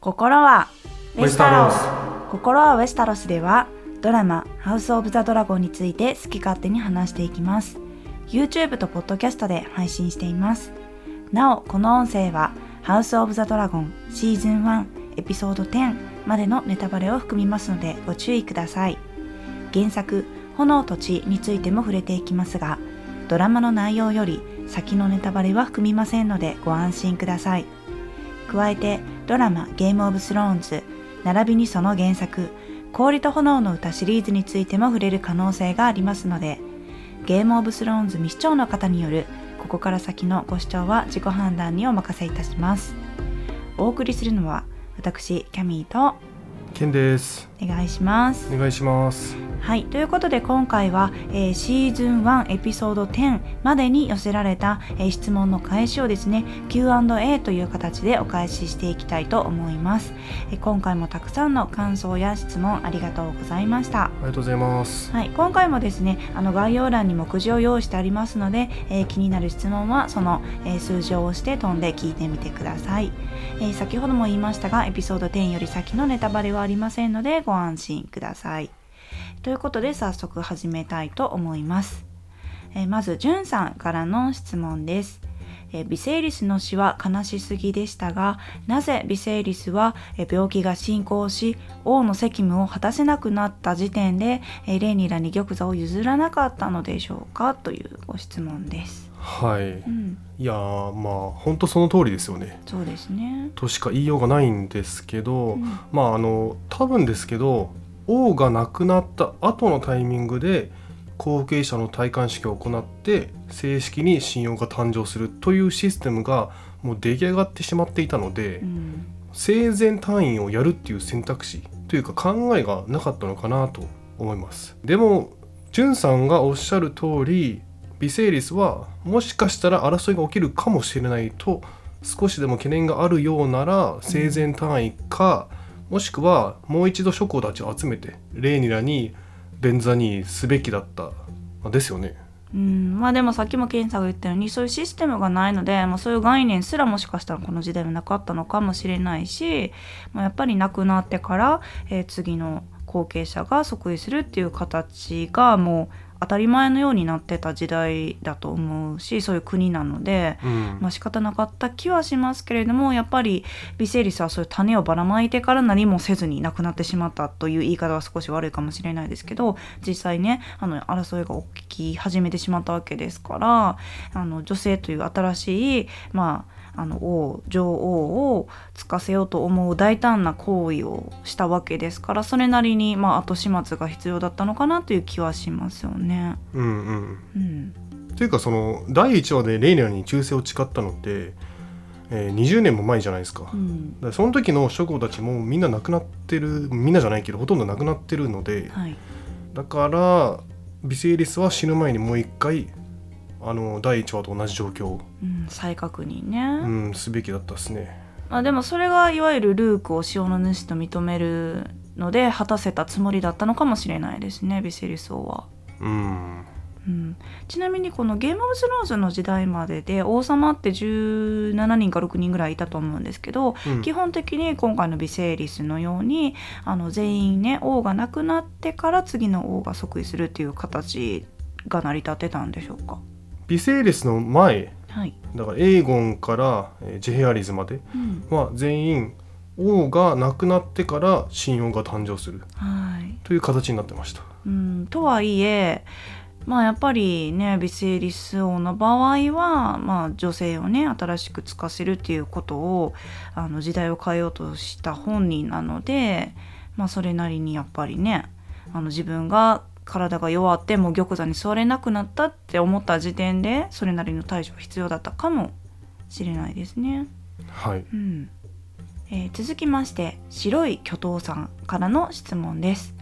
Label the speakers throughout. Speaker 1: 心は
Speaker 2: ウェスタロス
Speaker 1: 心はウェスタロスではドラマ「ハウス・オブ・ザ・ドラゴン」について好き勝手に話していきます YouTube と Podcast で配信していますなおこの音声は「ハウス・オブ・ザ・ドラゴン」シーズン1エピソード10までのネタバレを含みますのでご注意ください原作「炎と血」についても触れていきますがドラマの内容より先のネタバレは含みませんのでご安心ください加えてドラマ「ゲームオブスローンズ」並びにその原作「氷と炎の歌」シリーズについても触れる可能性がありますのでゲームオブスローンズ未視聴の方によるここから先のご視聴は自己判断にお任せいたしますお送りするのは私キャミーと
Speaker 2: ケンです
Speaker 1: お願いします
Speaker 2: お願いします
Speaker 1: はい、ということで今回は、えーシーズン1エピソード10までに寄せられた、えー質問の返しをですね Q&A という形でお返ししていきたいと思います、えー今回もたくさんの感想や質問ありがとうございました
Speaker 2: ありがとうございます
Speaker 1: はい、今回もですねあの概要欄に目次を用意してありますので、えー気になる質問はその、えー数字を押して飛んで聞いてみてください、えー先ほども言いましたがエピソード10より先のネタバレはありませんのでご安心くださいということで早速始めたいと思います、えーまずじゅんさんからの質問ですえービセイリスの死は悲しすぎでしたがなぜビセイリスはえー病気が進行し王の責務を果たせなくなった時点でえーレーニーらに玉座を譲らなかったのでしょうかというご質問です。
Speaker 2: はい
Speaker 1: うん、
Speaker 2: いやーまあ本当その通りですよね
Speaker 1: そうですね。
Speaker 2: としか言いようがないんですけど、
Speaker 1: うん
Speaker 2: まああの多分ですけど王が亡くなった後のタイミングで後継者の戴冠式を行って正式に信用が誕生するというシステムがもう出来上がってしまっていたので、
Speaker 1: うん、
Speaker 2: 生前単位をやるっていう選択肢というか考えがなかったのかなと思いますでもジュンさんがおっしゃる通りビセイリスはもしかしたら争いが起きるかもしれないと少しでも懸念があるようなら生前単位か、もしくはもう一度諸侯たちを集めてレーニラに便座にすべきだったまあですよね
Speaker 1: うん、まあでもさっきもケンさんが言ったようにそういうシステムがないので、まあ、そういう概念すらもしかしたらこの時代はなかったのかもしれないし、まあ、やっぱり亡くなってから、えー次の後継者が即位するっていう形がもう当たり前のようになってた時代だと思うしそういう国なので、
Speaker 2: うん
Speaker 1: まあ仕方なかった気はしますけれどもやっぱりヴィセリスはそういう種をばらまいてから何もせずに亡くなってしまったという言い方は少し悪いかもしれないですけど実際ねあの争いが起き始めてしまったわけですからあの女性という新しい、まあ、あの王女王をつかせようと思う大胆な行為をしたわけですからそれなりに、まあ、後始末が必要だったのかなという気はしますよね。
Speaker 2: うんうん
Speaker 1: うん、
Speaker 2: というかその第1話でレイニラに忠誠を誓ったのって、えー20年も前じゃないですか、だ
Speaker 1: う
Speaker 2: か
Speaker 1: ん
Speaker 2: らその時の諸侯たちもみんな亡くなってるみんなじゃないけどほとんど亡くなってるので
Speaker 1: はい
Speaker 2: だからヴィセイリスは死ぬ前にもう一回あの第1話と同じ状況を、
Speaker 1: うん、再確認ね。
Speaker 2: うん、すべきだったですね
Speaker 1: まあ、でもそれがいわゆるルークを塩の主と認めるので果たせたつもりだったのかもしれないですねヴィセリス王は。
Speaker 2: うん
Speaker 1: うん、ちなみにこのゲームオブスローンズの時代までで王様って17人か6人ぐらいいたと思うんですけど、
Speaker 2: うん
Speaker 1: 基本的に今回のヴィセーリスのようにあの全員ね王が亡くなってから次の王が即位するっていう形が成り立ってたんでしょうか。
Speaker 2: ヴィセイリスの前
Speaker 1: はい、
Speaker 2: だからエーゴンからえージェヘアリズまで
Speaker 1: うん、
Speaker 2: は全員王が亡くなってから信用が誕生する
Speaker 1: はい
Speaker 2: という形になってました
Speaker 1: うん、とはいえまあやっぱりねビセイリス王の場合は、まあ、女性をね新しくつかせるっていうことをあの時代を変えようとした本人なので、まあ、それなりにやっぱりねあの自分が体が弱ってもう玉座に座れなくなったって思った時点でそれなりの対処が必要だったかもしれないですね。
Speaker 2: はい
Speaker 1: うんえー続きまして白い巨頭さんからの質問です、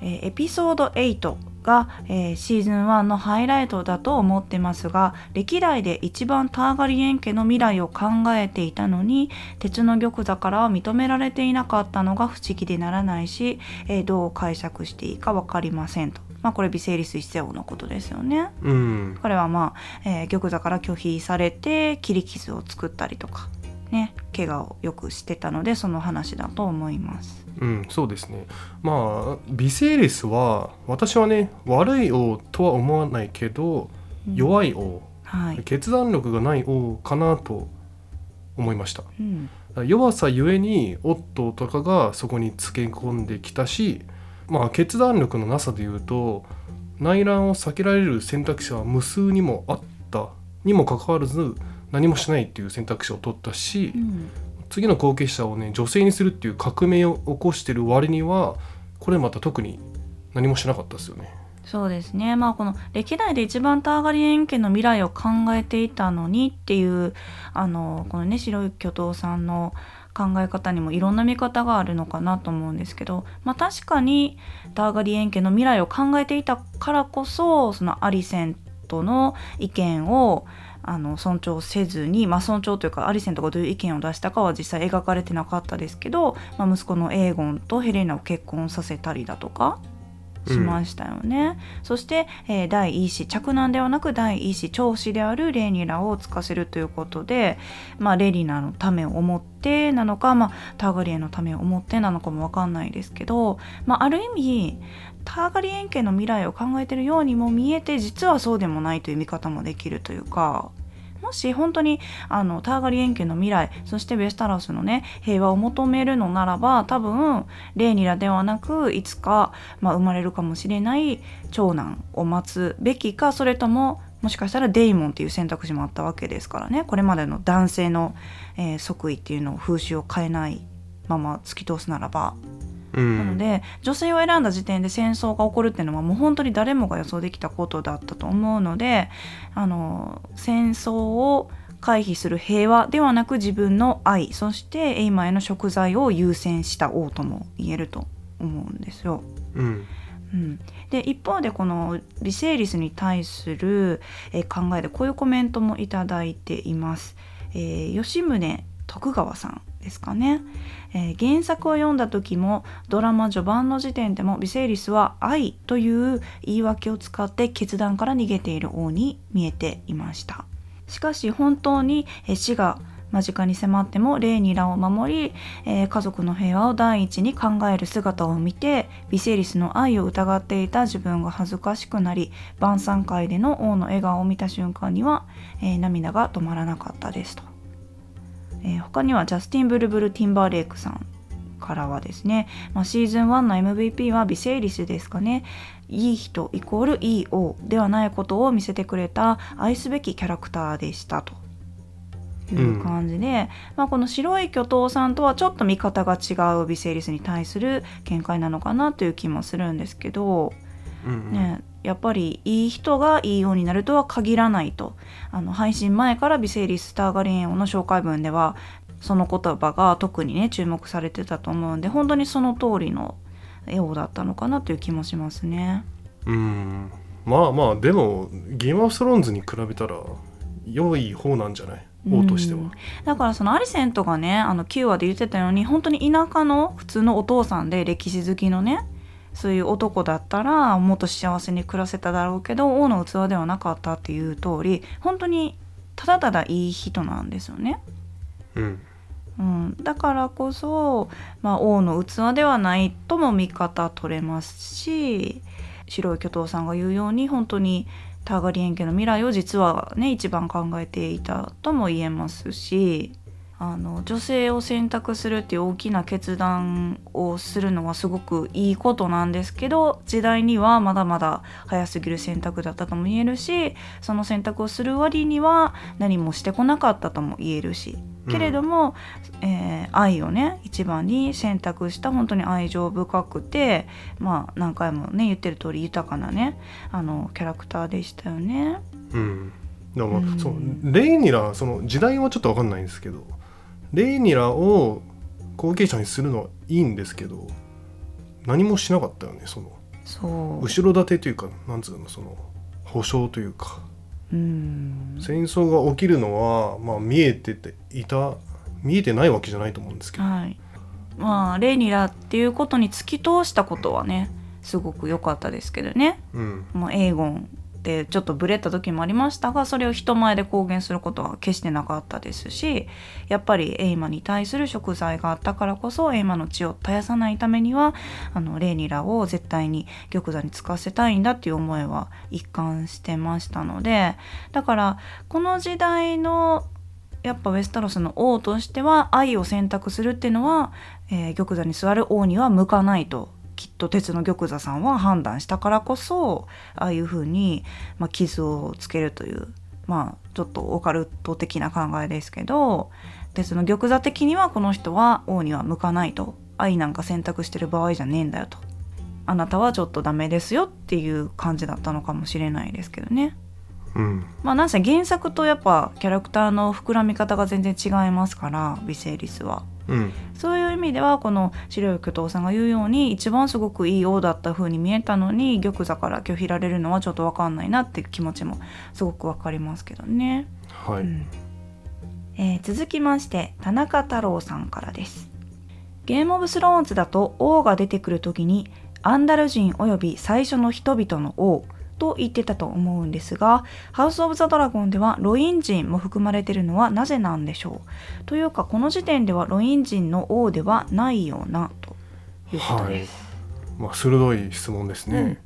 Speaker 1: えーエピソード8が、えーシーズン1のハイライトだと思ってますが歴代で一番ターガリエン家の未来を考えていたのに鉄の玉座からは認められていなかったのが不思議でならないし、えーどう解釈していいか分かりませんと、まあ、これビセイリス一世王のことですよね。
Speaker 2: うん
Speaker 1: 彼はまあ、えー玉座から拒否されて切り傷を作ったりとか、ね怪我をよくしてたのでその話だと思います。
Speaker 2: うん、そうですね。まあ、ビセーレスは、私はね、悪い王とは思わないけど、
Speaker 1: うん
Speaker 2: 弱い王、
Speaker 1: はい、
Speaker 2: 決断力がない王かなと思いました。
Speaker 1: うん
Speaker 2: 弱さゆえに、オットーとかがそこにつけ込んできたし、まあ、決断力のなさで言うと、内乱を避けられる選択肢は無数にもあったにもかかわらず、何もしないっていう選択肢を取ったし、
Speaker 1: うん
Speaker 2: 次の後継者をね女性にするっていう革命を起こしてる割にはこれまた特に何もしなかったですよね。
Speaker 1: そうですねまあこの歴代で一番ターガリエン家の未来を考えていたのにっていうあのこのね白い巨頭さんの考え方にもいろんな見方があるのかなと思うんですけど、まあ、確かにターガリエン家の未来を考えていたからこそそのアリセントの意見をあの尊重せずに、まあ、尊重というかアリセントがどういう意見を出したかは実際描かれてなかったですけど、まあ、息子のエーゴンとヘレナを結婚させたりだとかしましたよね、そして、えー第一子嫡男ではなく第一子長子であるレーニラを継がせるということで、まあ、レリナのためを思ってなのか、まあ、ターガリエンのためを思ってなのかも分かんないですけど、まあ、ある意味ターガリエン家の未来を考えてるようにも見えて実はそうでもないという見方もできるというか。もし本当にあのターガリエン家の未来そしてベスタラスのね平和を求めるのならば多分レーニラではなくいつか、まあ、生まれるかもしれない長男を待つべきかそれとももしかしたらデイモンっていう選択肢もあったわけですからねこれまでの男性の、えー即位っていうのを風習を変えないまま突き通すならば
Speaker 2: うん
Speaker 1: なので女性を選んだ時点で戦争が起こるっていうのはもう本当に誰もが予想できたことだったと思うのであの戦争を回避する平和ではなく自分の愛そしてエイマへの食材を優先した王とも言えると思うんですよ。
Speaker 2: うん
Speaker 1: うん、で一方でこのリセーリスに対する、えー考えでこういうコメントもいただいています。えー吉宗徳川さんですかね、えー原作を読んだ時もドラマ序盤の時点でもビセーリスは「愛」という言い訳を使って決断から逃げている王に見えていました。しかし本当にえー死が間近に迫ってもレーニラを守り、えー家族の平和を第一に考える姿を見てヴィセリスの愛を疑っていた自分が恥ずかしくなり晩餐会での王の笑顔を見た瞬間には、えー涙が止まらなかったですと、えー他にはジャスティン・ブルブル・ティンバーレイクさんからはですね、まあ、シーズン1の MVP はヴィセリスですかねいい人イコールいい王ではないことを見せてくれた愛すべきキャラクターでしたという感じで、まあ、この白い巨頭さんとはちょっと見方が違うビセイリスに対する見解なのかなという気もするんですけど、
Speaker 2: うん
Speaker 1: ね、やっぱりいい人がいいようになるとは限らないとあの配信前からビセイリス・ターガリエン王の紹介文ではその言葉が特にね注目されてたと思うんで本当にその通りの絵王だったのかなという気もしますね。
Speaker 2: うんまあまあでもゲームオブスローンズに比べたら良い方なんじゃない王としては。
Speaker 1: うんだからそのアリセントがねあの9話で言ってたように本当に田舎の普通のお父さんで歴史好きのねそういう男だったらもっと幸せに暮らせただろうけど王の器ではなかったっていう通り本当にただただいい人なんですよね。
Speaker 2: うん
Speaker 1: うん、だからこそ、まあ、王の器ではないとも見方取れますし白い巨頭さんが言うように本当にターガリエン家の未来を実はね一番考えていたとも言えますしあの女性を選択するっていう大きな決断をするのはすごくいいことなんですけど時代にはまだまだ早すぎる選択だったとも言えるしその選択をする割には何もしてこなかったとも言えるしけれども、えー愛をね一番に選択した本当に愛情深くてまあ何回もね言ってる通り豊かなねあのキャラクターでしたよね。
Speaker 2: うん、だからまあ
Speaker 1: うん
Speaker 2: そうレイニラその時代はちょっと分かんないんですけどレイニラを後継者にするのはいいんですけど何もしなかったよねその
Speaker 1: そう
Speaker 2: 後ろ盾というかなんつうのその保証というか
Speaker 1: うん
Speaker 2: 戦争が起きるのは、まあ、見えてていた見えてないわけじゃないと思うんですけど、
Speaker 1: はい、まあレイニラっていうことに突き通したことはねすごく良かったですけどね、
Speaker 2: うん
Speaker 1: まあ、エーゴンってちょっとブレた時もありましたがそれを人前で公言することは決してなかったですしやっぱりエイマに対する食材があったからこそエイマの血を絶やさないためにはあのレイニラを絶対に玉座につかせたいんだっていう思いは一貫してましたのでだからこの時代のやっぱウェスタロスの王としては愛を選択するっていうのは、えー玉座に座る王には向かないときっと鉄の玉座さんは判断したからこそああいうふうに、まあ、傷をつけるというまあちょっとオカルト的な考えですけど鉄の玉座的にはこの人は王には向かないと愛なんか選択してる場合じゃねえんだよとあなたはちょっとダメですよっていう感じだったのかもしれないですけどね。
Speaker 2: うん
Speaker 1: まあなんせ原作とやっぱキャラクターの膨らみ方が全然違いますからヴィセイリスは。
Speaker 2: うん
Speaker 1: そういう意味ではこの白い巨頭さんが言うように一番すごくいい王だった風に見えたのに玉座から拒否られるのはちょっと分かんないなって気持ちもすごく分かりますけどね。
Speaker 2: はい、
Speaker 1: うんえー続きまして田中太郎さんからですゲームオブスローンズだと王が出てくる時にアンダル人および最初の人々の王と言ってたと思うんですがハウス・オブ・ザ・ドラゴンではロイン人も含まれてるのはなぜなんでしょうというかこの時点ではロイン人の王ではないようなということです。
Speaker 2: まあ、鋭い質問ですね、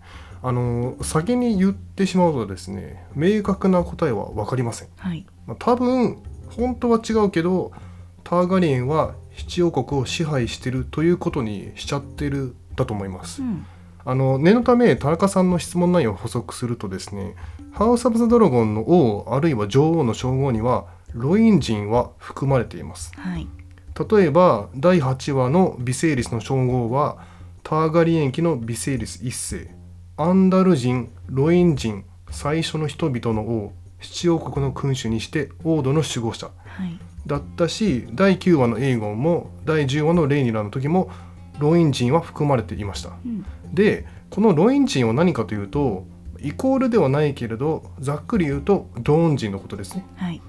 Speaker 2: あの先に言ってしまうとですね明確な答えは分かりません、
Speaker 1: はい、
Speaker 2: まあ、多分本当は違うけどターガリエンは七王国を支配してるということにしちゃってるだと思います、
Speaker 1: うん
Speaker 2: あの念のため田中さんの質問内容を補足するとですねハウス・オブ・ザ・ドラゴンの王あるいは女王の称号にはロイン人は含まれています
Speaker 1: はい
Speaker 2: 例えば第8話のヴィセイリスの称号はターガリエン期のヴィセイリス一世アンダル人ロイン人最初の人々の王七王国の君主にして王土の守護者
Speaker 1: はい
Speaker 2: だったし第9話のエイゴンも第10話のレイニラの時もロイン人は含まれていました
Speaker 1: うん
Speaker 2: でこのロイン人は何かというとイコールではないけれどざっくり言うとドーン人のことですね
Speaker 1: はい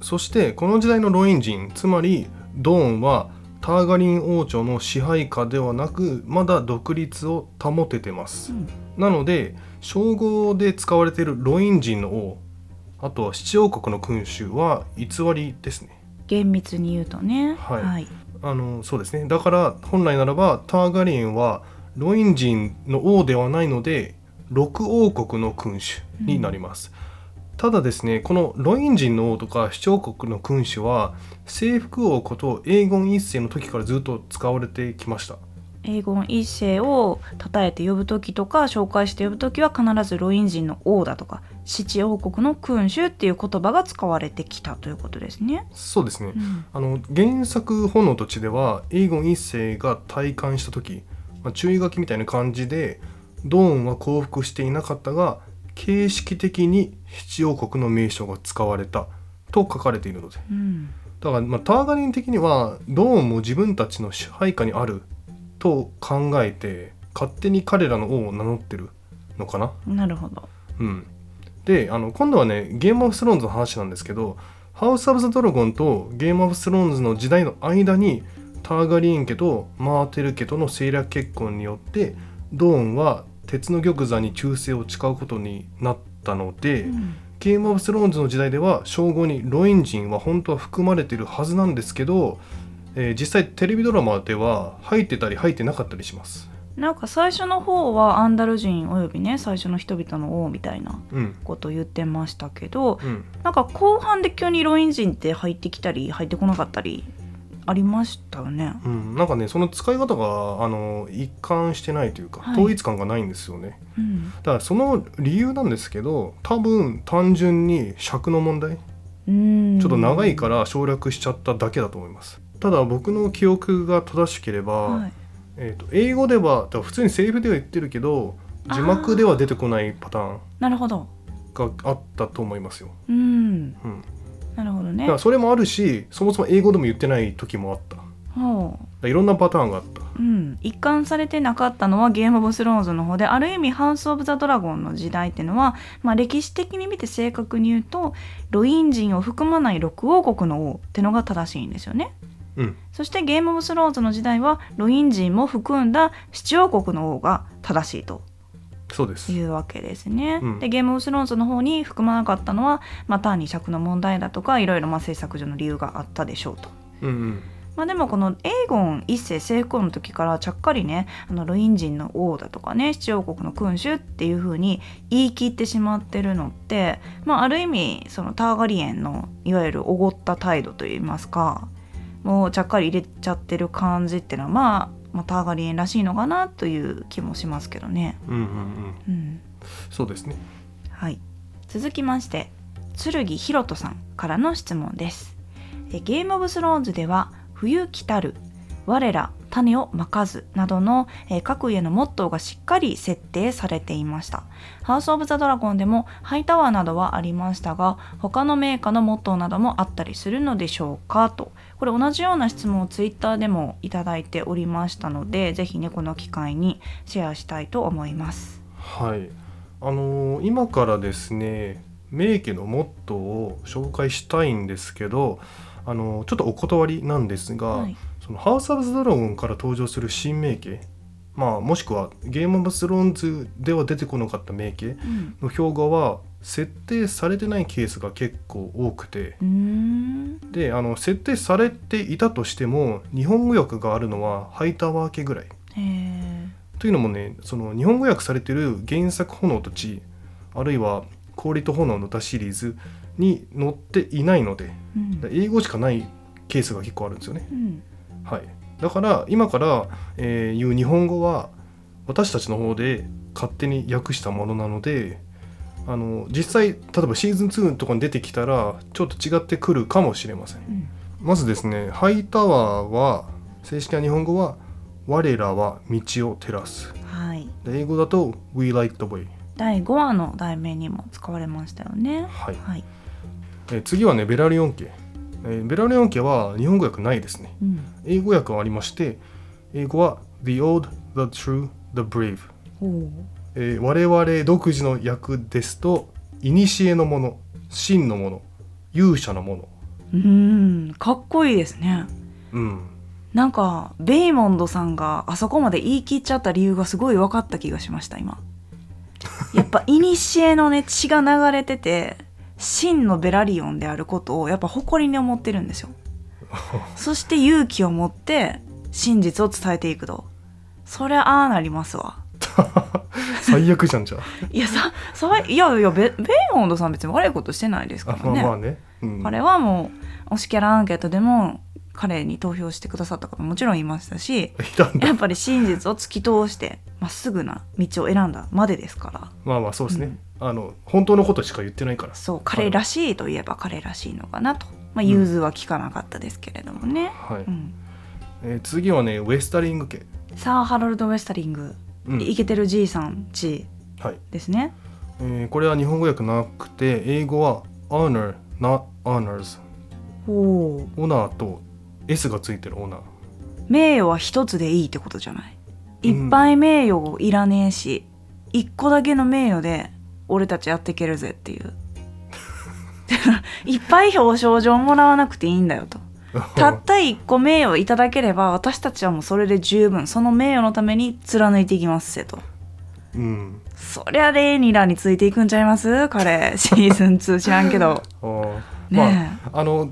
Speaker 2: そしてこの時代のロイン人つまりドーンはターガリン王朝の支配下ではなくまだ独立を保ててます、
Speaker 1: うん
Speaker 2: なので称号で使われているロイン人の王あとは七王国の君主は偽りですね
Speaker 1: 厳密に言うとね。
Speaker 2: はい
Speaker 1: はい
Speaker 2: あのそうですねだから本来ならばターガリエンはロイン人の王ではないので六王国の君主になります、ただですねこのロイン人の王とか主張国の君主は征服王ことエーゴン一世の時からずっと使われてきました
Speaker 1: 英語の一世を称えて呼ぶ時とか紹介して呼ぶ時は必ずロイン人の王だとか七王国の君主っていう言葉が使われてきたということですね。
Speaker 2: そうですね、
Speaker 1: うん
Speaker 2: あの原作「炎と血」ではエーゴン一世が体感した時、まあ、注意書きみたいな感じでドーンは降伏していなかったが形式的に七王国の名称が使われたと書かれているので
Speaker 1: うん
Speaker 2: だから、まあ、ターガリン的にはドーンも自分たちの支配下にあると考えて勝手に彼らの王を名乗ってるのかな。
Speaker 1: なるほど。
Speaker 2: うん、であの今度はねゲームオブスローンズの話なんですけどハウス・オブ・ザ・ドラゴンとゲームオブスローンズの時代の間にターガリエン家とマーテル家との政略結婚によってドーンは鉄の玉座に忠誠を誓うことになったので、
Speaker 1: うん
Speaker 2: ゲームオブスローンズの時代では称号にロイン人は本当は含まれてるはずなんですけど、えー実際テレビドラマでは入ってたり入ってなかったりします。
Speaker 1: なんか最初の方はアンダル人およびね最初の人々の王みたいな
Speaker 2: うん、
Speaker 1: こと言ってましたけど
Speaker 2: うん
Speaker 1: なんか後半で急にロイン人って入ってきたり入ってこなかったりありましたよね。
Speaker 2: うん、なんかねその使い方があの一貫してないというか、
Speaker 1: はい
Speaker 2: 統一感がないんですよね
Speaker 1: うん
Speaker 2: だからその理由なんですけど多分単純に尺の問題
Speaker 1: うん、
Speaker 2: ちょっと長いから省略しちゃっただけだと思います、ただ僕の記憶が正しければ、
Speaker 1: はい
Speaker 2: えー、と英語ではだから普通にセリフでは言ってるけど字幕では出てこないパターン
Speaker 1: なるほど。
Speaker 2: があったと思いますよ、
Speaker 1: うん、
Speaker 2: うん、
Speaker 1: なるほど
Speaker 2: だ
Speaker 1: ね
Speaker 2: から。それもあるしそもそも英語でも言ってない時もあっただか
Speaker 1: ほう
Speaker 2: らいろんなパターンがあった
Speaker 1: うん、一貫されてなかったのはゲームオブスローンズの方である意味ハウス・オブ・ザ・ドラゴンの時代っていうのは、まあ、歴史的に見て正確に言うとロイン人を含まない六王国の王ってのが正しいんですよね。
Speaker 2: うん
Speaker 1: そしてゲームオブスローンズの時代はロイン人も含んだ七王国の王が正しいと
Speaker 2: そうです
Speaker 1: いうわけですね。
Speaker 2: うん
Speaker 1: でゲームオブスローンズの方に含まなかったのは、まあ、単に尺の問題だとかいろいろまあ制作上の理由があったでしょうと。
Speaker 2: うんうん
Speaker 1: まあ、でもこのエーゴン一世征服王の時からちゃっかりねあのルイン人の王だとかね七王国の君主っていう風に言い切ってしまってるのって、まあ、ある意味そのターガリエンのいわゆるおごった態度といいますかもうちゃっかり入れちゃってる感じっていうのは、まあ、まあターガリエンらしいのかなという気もしますけどね。
Speaker 2: うんうんうん
Speaker 1: うん
Speaker 2: そうですね
Speaker 1: はい、続きまして剣ひろとさんからの質問ですえゲームオブスローンズでは「冬来たる」「我ら種をまかず」などのえー各家のモットーがしっかり設定されていましたハウス・オブ・ザ・ドラゴンでもハイタワーなどはありましたが他のメーカーのモットーなどもあったりするのでしょうかとこれ同じような質問をツイッターでもいただいておりましたのでぜひねこの機会にシェアしたいと思います
Speaker 2: はいあのー今からですね名家のモットーを紹介したいんですけどあのーちょっとお断りなんですが、
Speaker 1: はい
Speaker 2: そのハウス・オブ・ザ・ドラゴンから登場する新名家まあもしくはゲーム・オブ・スローンズでは出てこなかった名
Speaker 1: う
Speaker 2: 家
Speaker 1: ん
Speaker 2: の評価は設定されてないケースが結構多くて
Speaker 1: うーん
Speaker 2: であの設定されていたとしても日本語訳があるのはハイタワー家ぐらい
Speaker 1: へえ
Speaker 2: というのもねその日本語訳されてる原作「炎と地」あるいは「氷と炎の歌」シリーズに載っていないので
Speaker 1: うん
Speaker 2: 英語しかないケースが結構あるんですよね。
Speaker 1: うん
Speaker 2: はい、だから今から、えー言う日本語は私たちの方で勝手に訳したものなのであの実際例えばシーズン2とかに出てきたらちょっと違ってくるかもしれませ
Speaker 1: う
Speaker 2: ん
Speaker 1: ん
Speaker 2: まずですね「ハイタワーは」正式な日本語は「我らは道を照らす
Speaker 1: はい」
Speaker 2: で英語だと「We like the way
Speaker 1: 第5話の題名にも使われましたよね」
Speaker 2: はい
Speaker 1: はい
Speaker 2: えー次はねベラリオン家、えーベラリオン家は日本語訳ないですね
Speaker 1: うん
Speaker 2: 英語訳はありまして英語は「The Old, The True, The Brave」
Speaker 1: おお
Speaker 2: えー我々独自の役ですと古のもの真のもの勇者のもの
Speaker 1: うーんかっこいいですね
Speaker 2: うん
Speaker 1: なんかベイモンドさんがあそこまで言い切っちゃった理由がすごい分かった気がしました 今やっぱ古のね血が流れてて真のベラリオンであることをやっぱ誇りに思ってるん ですよそして勇気を持って真実を伝えていくとそりゃああなりますわ
Speaker 2: 最悪じゃんじゃ
Speaker 1: いやささいやいやベベイモンドさん別に悪いことしてないです
Speaker 2: あ
Speaker 1: から
Speaker 2: あまあ
Speaker 1: ね、
Speaker 2: まあね、うん、
Speaker 1: 彼はもう推しキャラアンケートでも彼に投票してくださった方ももちろんいましたし
Speaker 2: いた んだ
Speaker 1: やっぱり真実を突き通してまっすぐな道を選んだまでですから
Speaker 2: まあまあそうですね、あの本当のことしか言ってないから
Speaker 1: そう彼らしいといえば彼らしいのかなと、まあ、融通は聞かなかったですけれどもね、
Speaker 2: はい、
Speaker 1: うん
Speaker 2: えー次はねウェスタリング家、
Speaker 1: サー・ハロルド・ウェスタリング
Speaker 2: うん
Speaker 1: イケてるじいさんち
Speaker 2: はい
Speaker 1: ですね
Speaker 2: えーこれは日本語訳なくて英語は「honor not honors
Speaker 1: おおー」
Speaker 2: オナーと S がついてるオナー
Speaker 1: 名誉は一つでいいってことじゃない
Speaker 2: うん
Speaker 1: いっぱい名誉をいらねえし、一個だけの名誉で俺たちやっていけるぜっていう いっぱい表彰状もらわなくていいんだよとたった一個名誉いただければ私たちはもうそれで十分その名誉のために貫いていきますぜと
Speaker 2: うん
Speaker 1: そりゃレーニラについていくんちゃいます 彼シーズン2知らんけど
Speaker 2: あーまあ、
Speaker 1: ねえ、
Speaker 2: あの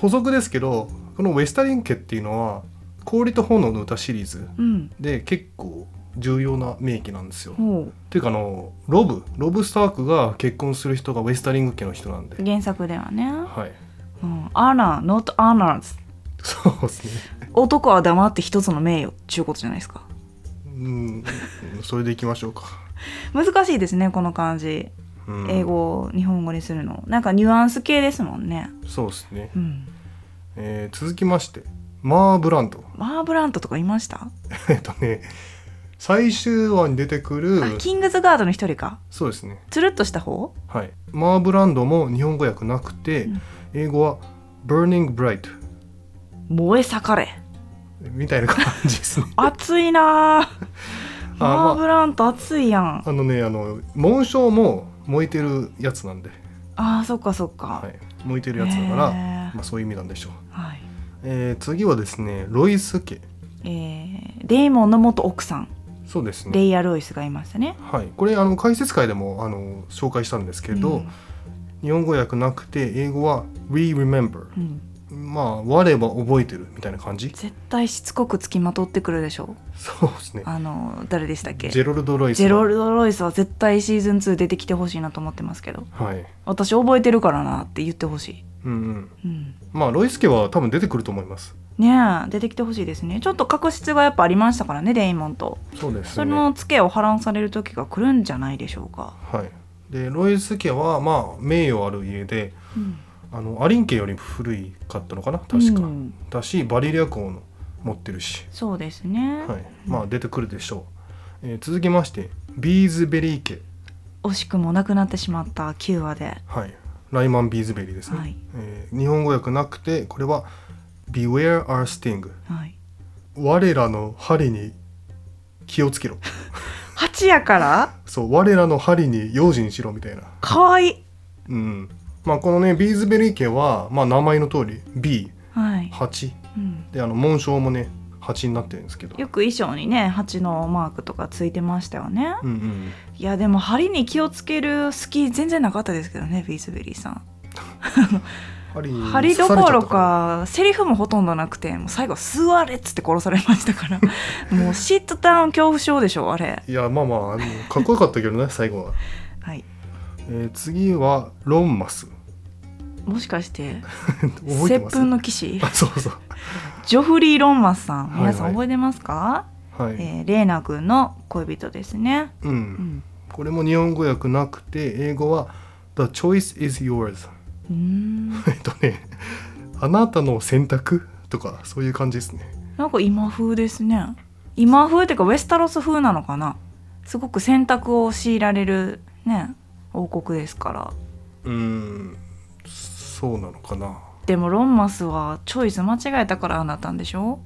Speaker 2: 補足ですけどこのウェスタリン家っていうのは「氷と炎の歌」シリーズ
Speaker 1: うん
Speaker 2: で結構重要な名機なんですよ。っ
Speaker 1: ほ
Speaker 2: ていうかあのロブロブ・スタークが結婚する人がウェスタリング家の人なん
Speaker 1: う
Speaker 2: で、
Speaker 1: 原作ではね
Speaker 2: はい、
Speaker 1: 「うん、アナ not honors」
Speaker 2: そうですね、
Speaker 1: 男は黙って一つの名誉っちゅうことじゃないですか
Speaker 2: うん、それでいきましょうか。
Speaker 1: 難しいですねこの感じ
Speaker 2: うん
Speaker 1: 英語を日本語にするのなんかニュアンス系ですもんね
Speaker 2: そうですね、
Speaker 1: うん
Speaker 2: えー続きましてマーブランド
Speaker 1: マーブラントとかいました
Speaker 2: えっとね最終話に出てくる
Speaker 1: あキングズガードの一人か
Speaker 2: そうですね
Speaker 1: つるっとした方
Speaker 2: はい、マーブランドも日本語訳なくて、
Speaker 1: うん
Speaker 2: 英語は「Burning Bright
Speaker 1: 燃え盛れ」。
Speaker 2: みたいな感じですね
Speaker 1: 熱い なー
Speaker 2: あ
Speaker 1: マーブラント熱いやん
Speaker 2: あのねあの紋章も燃えてるやつなんで、
Speaker 1: あーそっかそっか、
Speaker 2: はい、燃えてるやつだか
Speaker 1: へ
Speaker 2: ら、
Speaker 1: ー
Speaker 2: まあ、そういう意味なんでしょう、
Speaker 1: はい
Speaker 2: えー次はですねロイス家
Speaker 1: えーデイモンの元奥さん
Speaker 2: そうです
Speaker 1: レ
Speaker 2: ね。
Speaker 1: イヤ・ロイスがいましたね。
Speaker 2: はい、これあの解説会でもあの紹介したんですけど、
Speaker 1: うん
Speaker 2: 日本語訳なくて英語は「We remember
Speaker 1: うん、」
Speaker 2: まあ「我は覚えてる」みたいな感じ
Speaker 1: 絶対しつこくつきまとってくるでしょ
Speaker 2: そうですね
Speaker 1: あの誰でしたっけ
Speaker 2: ジェロルド・ロイス
Speaker 1: ジェロルド・ロイスは絶対シーズン2出てきてほしいなと思ってますけど
Speaker 2: はい
Speaker 1: 私覚えてるからなって言ってほしい、
Speaker 2: うんうん
Speaker 1: うん、
Speaker 2: まあロイス家は多分出てくると思います
Speaker 1: ねえ出てきてほしいですねちょっと確執がやっぱありましたからねデイモンと
Speaker 2: そうですね
Speaker 1: それのツケを波乱される時が来るんじゃないでしょうか、
Speaker 2: はい、でロイス家はまあ名誉ある家で
Speaker 1: うん、
Speaker 2: あのアリン家より古いかったのかな確か、
Speaker 1: うん
Speaker 2: だしバリリア港の持ってるし、
Speaker 1: そうですね、
Speaker 2: はい、まあ出てくるでしょう、えー続きましてビーズベリー家
Speaker 1: 惜しくもなくなってしまった9話で
Speaker 2: はいライマン・ビーズベリーですね、
Speaker 1: はい
Speaker 2: えー日本語訳なくてこれは「Beware our sting
Speaker 1: はい」
Speaker 2: 我らの針に気をつけろ
Speaker 1: 8やから
Speaker 2: そう我らの針に用心しろみたいな
Speaker 1: かわいい
Speaker 2: うんまあこのねビーズベリー家は、まあ、名前の通り B
Speaker 1: はい、
Speaker 2: 蜂
Speaker 1: うん、
Speaker 2: であの紋章もね蜂になってるんですけど
Speaker 1: よく衣装にね8のマークとかついてましたよね
Speaker 2: うんうん
Speaker 1: いやでも針に気をつける隙全然なかったですけどねビーズベリーさん
Speaker 2: 針に
Speaker 1: 針ど
Speaker 2: 刺
Speaker 1: こ
Speaker 2: されちゃっ
Speaker 1: ろ
Speaker 2: たら
Speaker 1: かセリフもほとんどなくてもう最後「吸われ」っつって殺されましたから もうシットタウン恐怖症でしょあれ
Speaker 2: いやまあまああのかっこよかったけどね 最後は、
Speaker 1: はい
Speaker 2: えー次はロンマス
Speaker 1: もしかして「
Speaker 2: 覚えて
Speaker 1: 接
Speaker 2: ます
Speaker 1: 吻の騎士
Speaker 2: あそうそう」
Speaker 1: ジョフリー・ロンマスさん皆さん
Speaker 2: はいはい
Speaker 1: 覚えてますか、
Speaker 2: はい、
Speaker 1: えーレーナ君の恋人ですね、
Speaker 2: う
Speaker 1: うんん、
Speaker 2: これも日本語訳なくて英語は「The choice is yours
Speaker 1: うーん」
Speaker 2: えっとね「あなたの選択」とかそういう感じですね
Speaker 1: なんか今風ですね今風っていうかウェスタロス風なのかなすごく選択を強いられるね王国ですから
Speaker 2: うーんそうなのかな
Speaker 1: でもロンマスはチョイス間違えたからああなったんでしょ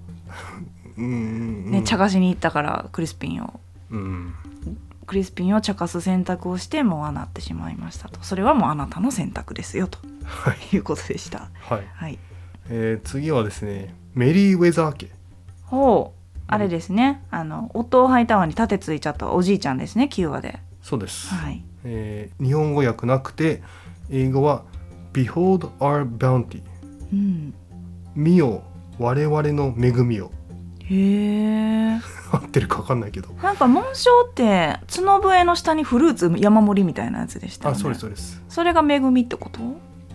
Speaker 2: うんうんうん
Speaker 1: ね、茶化しに行ったからクリスピンを
Speaker 2: うん
Speaker 1: クリスピンを茶化す選択をしてもうああなってしまいましたとそれはもうあなたの選択ですよと
Speaker 2: はい、
Speaker 1: いうことでした
Speaker 2: はい
Speaker 1: はい
Speaker 2: えー次はですねメリーウェザー家
Speaker 1: ほうあれですねあの夫をハイタワーに盾ついちゃったおじいちゃんですね9話で
Speaker 2: そうです、
Speaker 1: はい
Speaker 2: えー日本語訳なくて英語は「Behold our bounty
Speaker 1: うん
Speaker 2: 見よ我々の恵みを
Speaker 1: へえ」
Speaker 2: 合ってるか分かんないけど
Speaker 1: なんか紋章って角笛の下にフルーツ山盛りみたいなやつでしたよ
Speaker 2: あ
Speaker 1: ね
Speaker 2: そうですそうです
Speaker 1: それが恵みってこと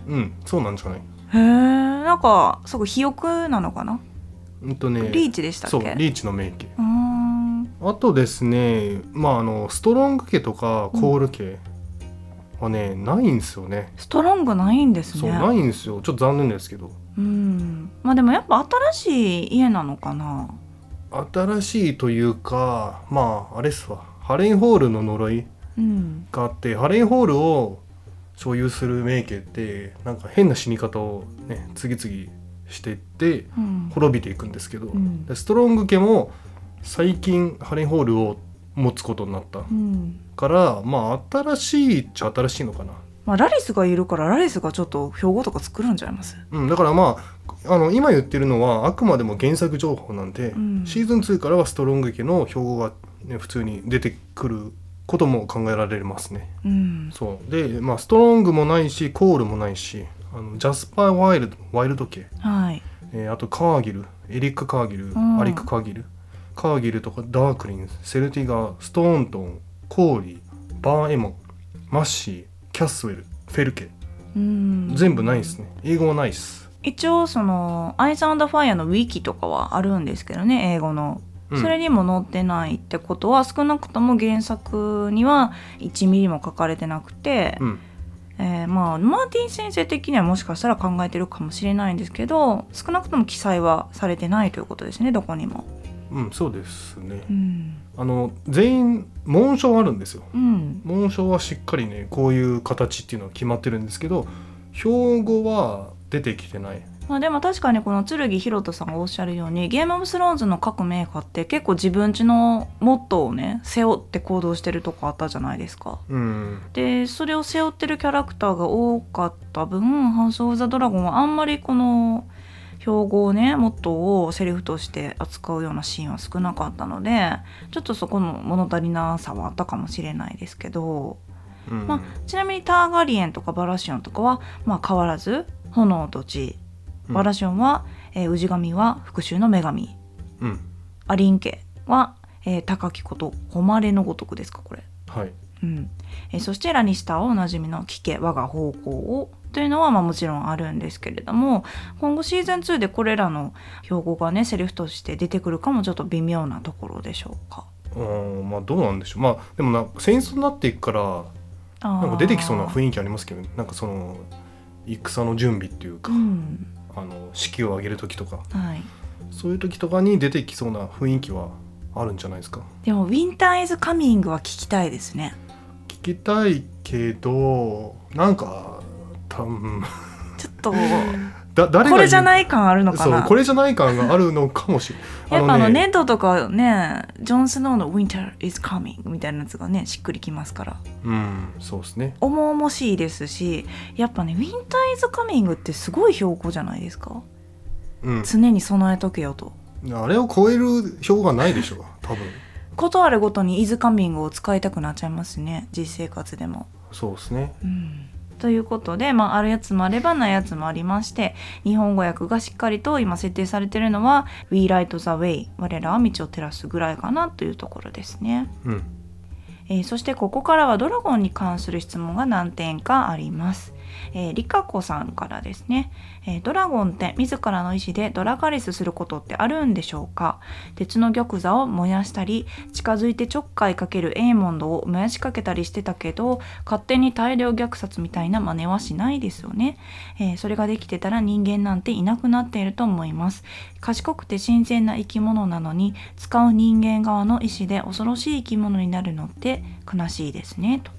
Speaker 2: うんそうなんじゃない
Speaker 1: へえんかすごい肥沃なのかな、
Speaker 2: うんとね
Speaker 1: リーチでしたっけ
Speaker 2: そうリーチの名家
Speaker 1: うーん
Speaker 2: あとですねまああのストロング家とかコール家はね、ないんですよね
Speaker 1: ストロングないんですね
Speaker 2: そうないんですよちょっと残念ですけど
Speaker 1: うんまあでもやっぱ新しい家なのかな
Speaker 2: 新しいというかまああれっすわハレンホールの呪い
Speaker 1: うん
Speaker 2: があってハレンホールを所有する名家ってなんか変な死に方をね次々してって
Speaker 1: うん
Speaker 2: 滅びていくんですけど、
Speaker 1: うん
Speaker 2: でストロング家も最近ハレンホールを持つことになった
Speaker 1: うん
Speaker 2: から、まあ新しいっちゃ新しいのかな、
Speaker 1: まあラリスがいるからラリスがちょっと標語とか作るんちゃいます
Speaker 2: うん、だからまああの今言ってるのはあくまでも原作情報なんで、
Speaker 1: うん
Speaker 2: シーズン2からはストロング家の標語が、ね、普通に出てくることも考えられますね
Speaker 1: うん
Speaker 2: そうで、まあ、ストロングもないしコールもないしあのジャスパー・ワイルドワイルド系、
Speaker 1: はい
Speaker 2: えーあとカーギルエリック・カーギル、
Speaker 1: ん
Speaker 2: アリック・カーギルカーギルとかダークリンセルティガーストーントンコーリーバーエモンマッシーキャッスウェルフェルケ
Speaker 1: うん
Speaker 2: 全部ないですね英語はないです
Speaker 1: 一応その「アイスファイア」のウィキとかはあるんですけどね英語の。
Speaker 2: うん
Speaker 1: それにも載ってないってことは少なくとも原作には1ミリも書かれてなくて、
Speaker 2: うん
Speaker 1: えーまあマーティン先生的にはもしかしたら考えてるかもしれないんですけど少なくとも記載はされてないということですねどこにも。
Speaker 2: うんそうですね
Speaker 1: うん、
Speaker 2: あの全員紋章あるんですよ
Speaker 1: うん
Speaker 2: 紋章はしっかりねこういう形っていうのは決まってるんですけど標語は出てきてない
Speaker 1: まあ、でも確かにこの剣ひろとさんがおっしゃるように「ゲーム・オブ・スローンズ」の各メーカーって結構自分ちのモットーをね背負って行動してるとこあったじゃないですか。
Speaker 2: うん
Speaker 1: でそれを背負ってるキャラクターが多かった分「ハウス・オブ・ザ・ドラゴン」はあんまりこの標語をねもっとをセリフとして扱うようなシーンは少なかったのでちょっとそこの物足りなさはあったかもしれないですけど
Speaker 2: うん
Speaker 1: まちなみにターガリエンとかバラシオンとかは、まあ、変わらず炎と地
Speaker 2: うん
Speaker 1: バラシオンは、えー氏神は復讐の女神
Speaker 2: うん
Speaker 1: アリン家は、えー高きこと誉れのごとくですかこれ。
Speaker 2: はい
Speaker 1: うんえーそしてラニスターはおなじみの「聞け我が方向を」というのはまあもちろんあるんですけれども今後シーズン2でこれらの標語がねセリフとして出てくるかもちょっと微妙なところでしょうか。
Speaker 2: うんまあどうなんでしょうまあでもなんか戦争になっていくから
Speaker 1: な
Speaker 2: なんか出てきそうな雰囲気ありますけどねなんかその戦の準備っていうか、
Speaker 1: うん
Speaker 2: あの式を挙げる時とか
Speaker 1: はい、
Speaker 2: そういう時とかに出てきそうな雰囲気はあるんじゃないですか
Speaker 1: でも「ウィンター・イズ・カミング」は聞きたいですね。
Speaker 2: 聞きたいけどなんか多分
Speaker 1: ちょっと
Speaker 2: だ 誰が
Speaker 1: これじゃ
Speaker 2: い
Speaker 1: ない感あるのか
Speaker 2: そう
Speaker 1: な
Speaker 2: これじゃない感があるのかもしれない
Speaker 1: やっぱあの
Speaker 2: ね
Speaker 1: ネットとかねジョン・スノーの「Winter is coming」みたいなやつがねしっくりきますから
Speaker 2: うんそうですね
Speaker 1: 重々しいですしやっぱね「Winter is coming」ってすごい標高じゃないですか
Speaker 2: うん
Speaker 1: 常に備えとけよと
Speaker 2: あれを超える表がないでしょう多分
Speaker 1: ことあるごとに「is coming」を使いたくなっちゃいますね実生活でも。
Speaker 2: そうですね
Speaker 1: うんということで、まあ、あるやつもあればないやつもありまして日本語訳がしっかりと今設定されてるのは「We Light the Way」我らは道を照らすぐらいかなというところですね。
Speaker 2: うん
Speaker 1: えーそしてここからはドラゴンに関する質問が何点かあります。えー、リカコさんからですね、えードラゴンって自らの意志でドラガレスすることってあるんでしょうか鉄の玉座を燃やしたり近づいてちょっかいかけるエイモンドを燃やしかけたりしてたけど勝手に大量虐殺みたいな真似はしないですよね、えーそれができてたら人間なんていなくなっていると思います賢くて新鮮な生き物なのに使う人間側の意志で恐ろしい生き物になるのって悲しいですねと、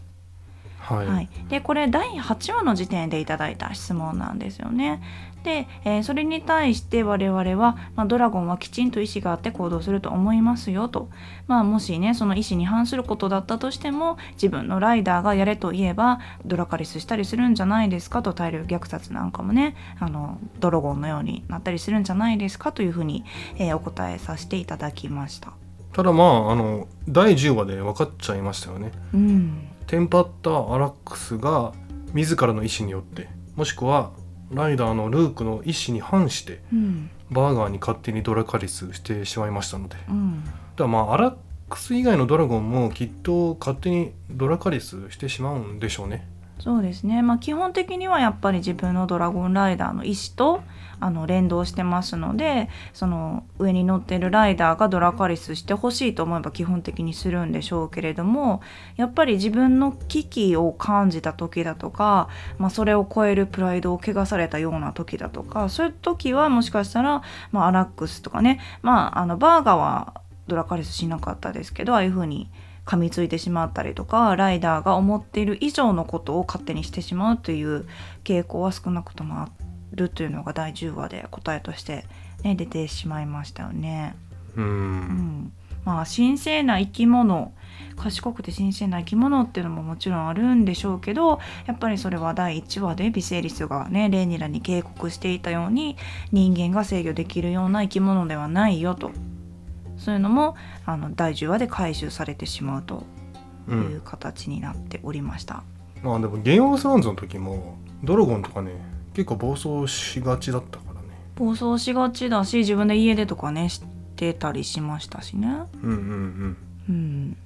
Speaker 2: はい、
Speaker 1: はい、でこれ第8話の時点でいただいた質問なんですよね。で、えーそれに対して我々は、まあ、ドラゴンはきちんと意志があって行動すると思いますよと、まあ、もしねその意志に反することだったとしても自分のライダーがやれと言えばドラカリスしたりするんじゃないですかと大量虐殺なんかもねあのドラゴンのようになったりするんじゃないですかというふうに、えーお答えさせていただきました。
Speaker 2: ただまああの第10話で分かっちゃいましたよね
Speaker 1: うん、
Speaker 2: テンパったアラックスが自らの意思によってもしくはライダーのルークの意思に反して
Speaker 1: うん、
Speaker 2: バーガーに勝手にドラカリスしてしまいましたのでだ
Speaker 1: う
Speaker 2: か
Speaker 1: ん
Speaker 2: らまあアラックス以外のドラゴンもきっと勝手にドラカリスしてしまうんでしょうね
Speaker 1: そうですね、まあ、基本的にはやっぱり自分のドラゴンライダーの意思とあの連動してますのでその上に乗ってるライダーがドラカリスしてほしいと思えば基本的にするんでしょうけれどもやっぱり自分の危機を感じた時だとか、まあ、それを超えるプライドを汚されたような時だとかそういう時はもしかしたら、まあ、アラックスとかね、まあ、あのバーガーはドラカリスしなかったですけどああいう風に噛みついてしまったりとかライダーが思っている以上のことを勝手にしてしまうという傾向は少なくともあるというのが第10話で答えとして、ね、出てしまいましたよね。
Speaker 2: うー
Speaker 1: うんんまあ、神聖な生き物賢くて神聖な生き物っていうのももちろんあるんでしょうけどやっぱりそれは第1話でヴィセーリスがねレーニラに警告していたように人間が制御できるような生き物ではないよとそういうのもあの第10話で回収されてしまうと
Speaker 2: う
Speaker 1: いうん形になっておりました。
Speaker 2: まあでもゲームオブスローンズの時もドラゴンとかね結構暴走しがちだったからね
Speaker 1: 暴走しがちだし自分で家出とかねしてたりしましたしね。
Speaker 2: うんうん
Speaker 1: うん、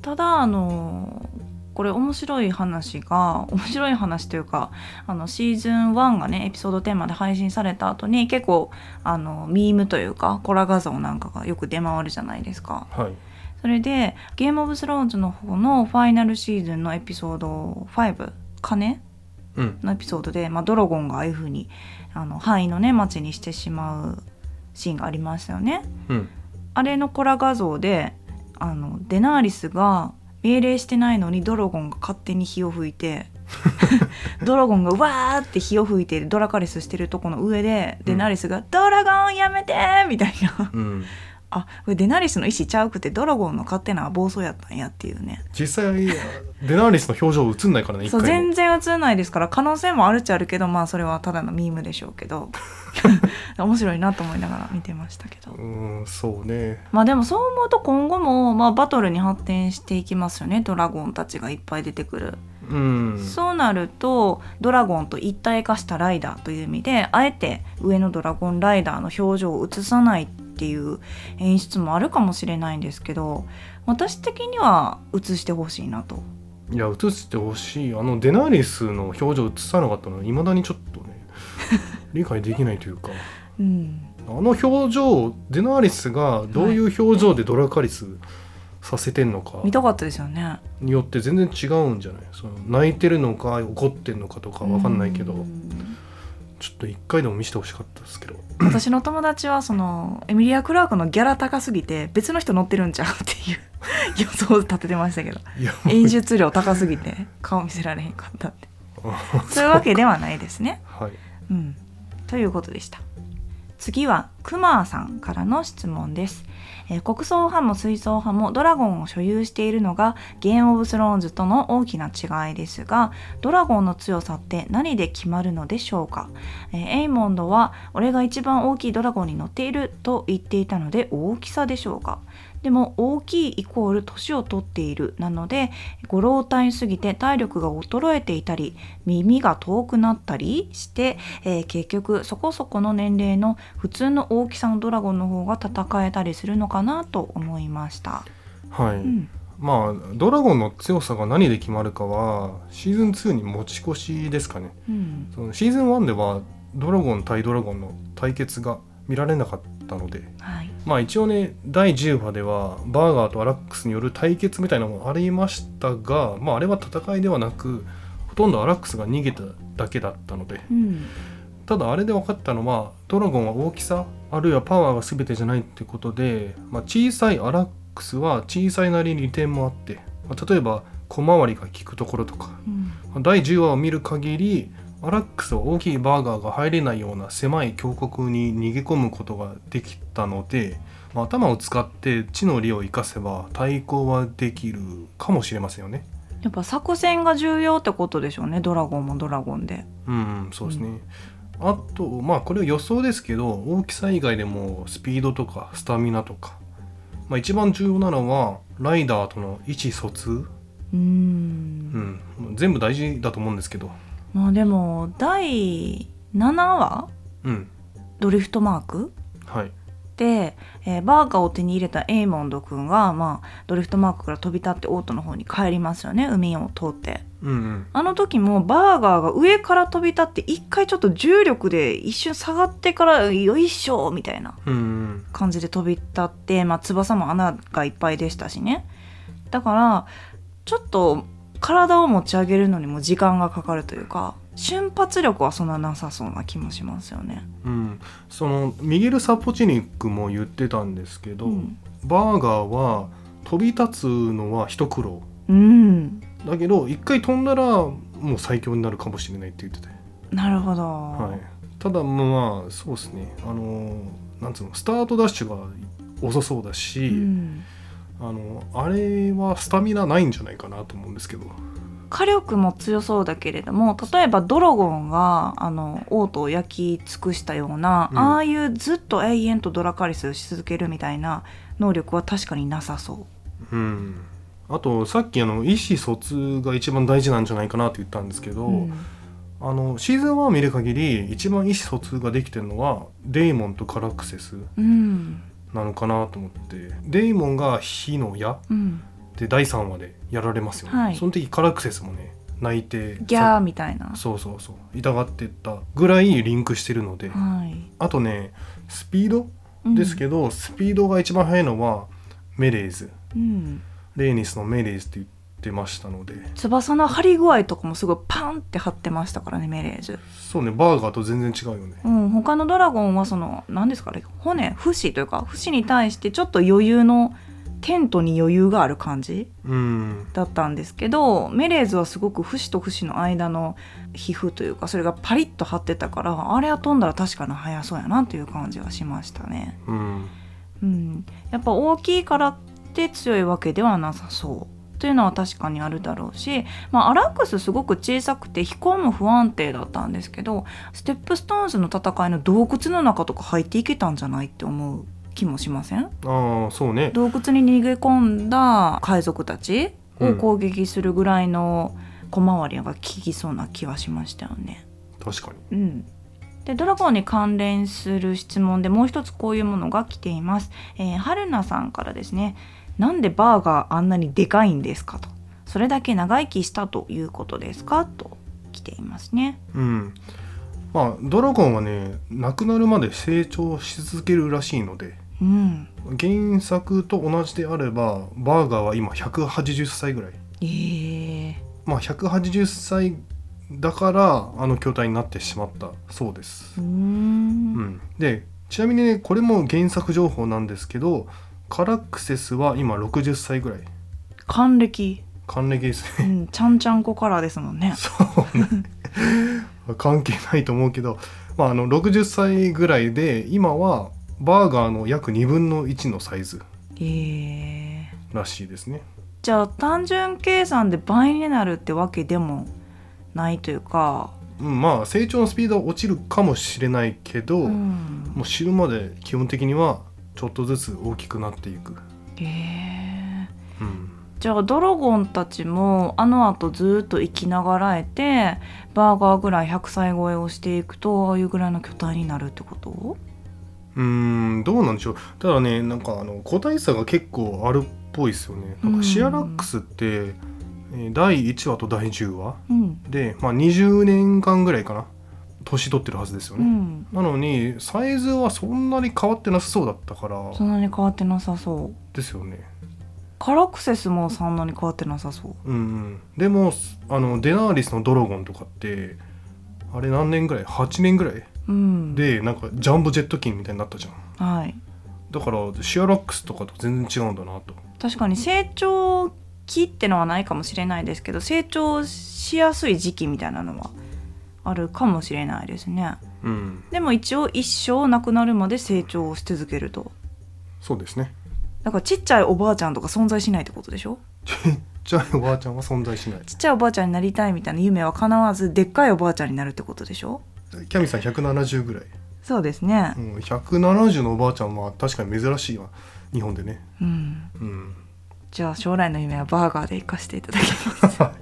Speaker 1: ただあのこれ面白い話が面白い話というかあのシーズン1がねエピソードテーマで配信された後に結構あのミームというかコラ画像なんかがよく出回るじゃないですか。
Speaker 2: うんはい
Speaker 1: それで「ゲームオブスローンズ」の方のファイナルシーズンのエピソード5「鐘」
Speaker 2: うん
Speaker 1: のエピソードで、まあ、ドラゴンがああいう風にあの範囲のね町にしてしまうシーンがありましたよね。
Speaker 2: うん
Speaker 1: あれのコラ画像であのデナーリスが命令してないのにドラゴンが勝手に火を吹いてドラゴンがわーって火を吹いてドラカレスしてるとこの上でデナーリスが「ドラゴンやめて!」みたいな
Speaker 2: うん
Speaker 1: あこれデナリスの意思ちゃうくてドラゴンの勝手な暴走やったんやっていうね
Speaker 2: 実際デナーリスの表情映んないからね一
Speaker 1: そう
Speaker 2: 回
Speaker 1: 全
Speaker 2: も
Speaker 1: 然映んないですから可能性もあるっちゃあるけどまあそれはただのミームでしょうけ ど面白いなと思いながら見てましたけど
Speaker 2: うんそうね
Speaker 1: まあでもそう思うと今後も、まあ、バトルに発展していきますよねドラゴンたちがいっぱい出てくる、
Speaker 2: うん
Speaker 1: そうなるとドラゴンと一体化したライダーという意味であえて上のドラゴンライダーの表情を映さないっていう演出もあるかもしれないんですけど私的には映してほしいなと
Speaker 2: いや映してほしいあのデナーリスの表情映さなかったのはいまだにちょっと ね理解できないというか
Speaker 1: うん
Speaker 2: あの表情デナーリスがどういう表情でドラカリスさせてんのか
Speaker 1: 見たかったですよね
Speaker 2: によって全然違うんじゃないその泣いてるのか怒ってんのかとかわかんないけど、
Speaker 1: うん
Speaker 2: ちょっと一回でも見せてほしかったですけど
Speaker 1: 私の友達はそのエミリア・クラークのギャラ高すぎて別の人乗ってるんちゃうっていう予想を立ててま したけど
Speaker 2: いや
Speaker 1: 演術量高すぎて顔見せられへんかったってそういうわけではないですね。
Speaker 2: はい
Speaker 1: うん、ということでした。次はクマーさんからの質問です、えー国葬派も水槽派もドラゴンを所有しているのがゲームオブスローンズとの大きな違いですがドラゴンの強さって何で決まるのでしょうか、えーエイモンドは俺が一番大きいドラゴンに乗っていると言っていたので大きさでしょうかでも大きいイコール年を取っているなのでご老体すぎて体力が衰えていたり耳が遠くなったりして、えー結局そこそこの年齢の普通の大きさのドラゴンの方が戦えたりするのかなと思いました。
Speaker 2: はい、
Speaker 1: うん、
Speaker 2: まあドラゴンの強さが何で決まるかはシーズン2に持ち越しですかね
Speaker 1: うん、
Speaker 2: そのシーズン1ではドラゴン対ドラゴンの対決が見られなかったので
Speaker 1: はい、
Speaker 2: まあ一応ね第10話ではバーガーとアラックスによる対決みたいなのもありましたが、まあ、あれは戦いではなくほとんどアラックスが逃げただけだったので
Speaker 1: うん、
Speaker 2: ただあれで分かったのはドラゴンは大きさあるいはパワーが全てじゃないってことで、まあ、小さいアラックスは小さいなりに利点もあって、まあ例えば小回りが効くところとか
Speaker 1: うん、
Speaker 2: まあ第10話を見る限りアラックスは大きいバーガーが入れないような狭い峡谷に逃げ込むことができたので、まあ頭を使って地の利を生かせば対抗はできるかもしれませんよね。
Speaker 1: やっぱ作戦が重要ってことでしょうね。ドラゴンもドラゴンで。
Speaker 2: うん、そうですね。あとまあこれは予想ですけど大きさ以外でもスピードとかスタミナとか、まあ、一番重要なのはライダーとの意思疎通、
Speaker 1: うーん
Speaker 2: う。ん、全部大事だと思うんですけど、
Speaker 1: まあでも第7話
Speaker 2: うん
Speaker 1: ドリフトマーク
Speaker 2: はい
Speaker 1: で、えーバーガーを手に入れたエイモンド君が、まあ、ドリフトマークから飛び立ってオートの方に帰りますよね海を通って
Speaker 2: うんうん、
Speaker 1: あの時もバーガーが上から飛び立って一回ちょっと重力で一瞬下がってからよいしょみたいな
Speaker 2: うんうん、
Speaker 1: 感じで飛び立って、まあ、翼も穴がいっぱいでしたしねだからちょっと体を持ち上げるのにも時間がかかるというか瞬発力はそんななさそうな気もしますよね。
Speaker 2: うん、そのミゲル・サポチニックも言ってたんですけど、
Speaker 1: うん
Speaker 2: バーガーは飛び立つのは一苦労
Speaker 1: うん、
Speaker 2: だけど一回飛んだらもう最強になるかもしれないって言ってて、
Speaker 1: なるほど、
Speaker 2: はい、ただまあそうですねあのなんつうのスタートダッシュが遅そうだし、
Speaker 1: うん
Speaker 2: あのあれはスタミナないんじゃないかなと思うんですけど
Speaker 1: 火力も強そうだけれども例えばドラゴンがあの王都を焼き尽くしたような、
Speaker 2: うん
Speaker 1: ああいうずっと永遠とドラカリスをし続けるみたいな能力は確かになさそ
Speaker 2: うんあとさっきあの意思疎通が一番大事なんじゃないかなって言ったんですけ
Speaker 1: う。
Speaker 2: ど、
Speaker 1: うん
Speaker 2: あのシーズン1見る限り一番意思疎通ができてるのはデイモンとカラクセス
Speaker 1: うん
Speaker 2: なのかなと思ってデイモンが火の矢
Speaker 1: うん、
Speaker 2: で第3話でやられますよね、
Speaker 1: はい
Speaker 2: その時カラクセスもね泣いて
Speaker 1: ギャーみたいな。
Speaker 2: そうそうそう痛がってったぐらいリンクしてるので、
Speaker 1: はい、
Speaker 2: あとねスピード
Speaker 1: うん
Speaker 2: ですけど、スピードが一番速いのはメレーズ
Speaker 1: うん、
Speaker 2: レーニスのメレーズって言ってましたので
Speaker 1: 翼の張り具合とかもすごいパンって張ってましたからねメレーズ、
Speaker 2: そうねバーガーと全然違うよね
Speaker 1: うん、他のドラゴンはその何ですかね骨節というか節に対してちょっと余裕のテントに余裕がある感じ
Speaker 2: うん
Speaker 1: だったんですけどメレーズはすごく節と節の間の皮膚というかそれがパリッと張ってたからあれは飛んだら確かに速そうやなという感じはしましたね。
Speaker 2: うん
Speaker 1: うん、やっぱ大きいからって強いわけではなさそうというのは確かにあるだろうし、まあ、アラックスすごく小さくて飛行も不安定だったんですけどステップストーンズの戦いの洞窟の中とか入っていけたんじゃないって思う気もしません
Speaker 2: ああそうね
Speaker 1: 洞窟に逃げ込んだ海賊たちを攻撃するぐらいの小回りが効きそうな気はしましたよね。
Speaker 2: 確かに
Speaker 1: うん、でドラゴンに関連する質問でもう一つこういうものが来ています。えー、春菜さんからですね「なんでバーがあんなにでかいんですか?」と「それだけ長生きしたということですか?」と来ていますね。
Speaker 2: うんまあドラゴンはね亡くなるまで成長し続けるらしいので
Speaker 1: うん、
Speaker 2: 原作と同じであればバーガーは今180歳ぐらい
Speaker 1: えー、
Speaker 2: まあ180歳だからあの筐体になってしまったそうです
Speaker 1: うー
Speaker 2: うんん、でちなみにねこれも原作情報なんですけどカラクセスは今60歳ぐらい
Speaker 1: 還暦、
Speaker 2: 還暦です
Speaker 1: う
Speaker 2: ね
Speaker 1: ん、ちゃんちゃんこからですもんね。
Speaker 2: そうね 関係ないと思うけど、まあ、あの60歳ぐらいで今はバーガーの約2分の1のサイズ
Speaker 1: えー、
Speaker 2: らしいですね
Speaker 1: じゃあ単純計算で倍になるってわけでもないというか。
Speaker 2: うんまあ成長のスピードは落ちるかもしれないけど、
Speaker 1: うん
Speaker 2: もう死ぬまで基本的にはちょっとずつ大きくなっていく、
Speaker 1: えー
Speaker 2: うん、
Speaker 1: じゃあドラゴンたちもあのあとずっと生きながらえてバーガーぐらい100歳超えをしていくとああいうぐらいの巨体になるってこと
Speaker 2: うーんどうなんでしょうただねなんかあの個体差が結構あるっぽいですよねなん
Speaker 1: う
Speaker 2: か
Speaker 1: ん
Speaker 2: シアラックスって、えー第1話と第10話
Speaker 1: うん、
Speaker 2: で、まあ、20年間ぐらいかな年取ってるはずですよ
Speaker 1: う
Speaker 2: ね、
Speaker 1: ん、
Speaker 2: なのにサイズはそんなに変わってなさそうだったから
Speaker 1: そんなに変わってなさそう
Speaker 2: ですよね
Speaker 1: カラクセスもそんなに変わってなさそう
Speaker 2: うん、うん、でもあのデナーリスのドラゴンとかってあれ何年ぐらい8年ぐらい
Speaker 1: うん
Speaker 2: でなんかジャンボジェット機みたいになったじゃん
Speaker 1: はい
Speaker 2: だからシアラックスとかと全然違うんだなと
Speaker 1: 確かに成長期ってのはないかもしれないですけど成長しやすい時期みたいなのはあるかもしれないですね
Speaker 2: うん
Speaker 1: でも一応一生なくなるまで成長をし続けると
Speaker 2: そうですね
Speaker 1: だからちっちゃいおばあちゃんとか存在しないってことでしょ
Speaker 2: ちっちゃいおばあちゃんは存在しない
Speaker 1: ちっちゃいおばあちゃんになりたいみたいな夢は叶わずでっかいおばあちゃんになるってことでしょ
Speaker 2: キャミさん170ぐらい、
Speaker 1: そうですね
Speaker 2: うん、170のおばあちゃんは確かに珍しいわ日本でね
Speaker 1: うん
Speaker 2: うん
Speaker 1: じゃあ将来の夢はバーガーで生かしていただきます
Speaker 2: はい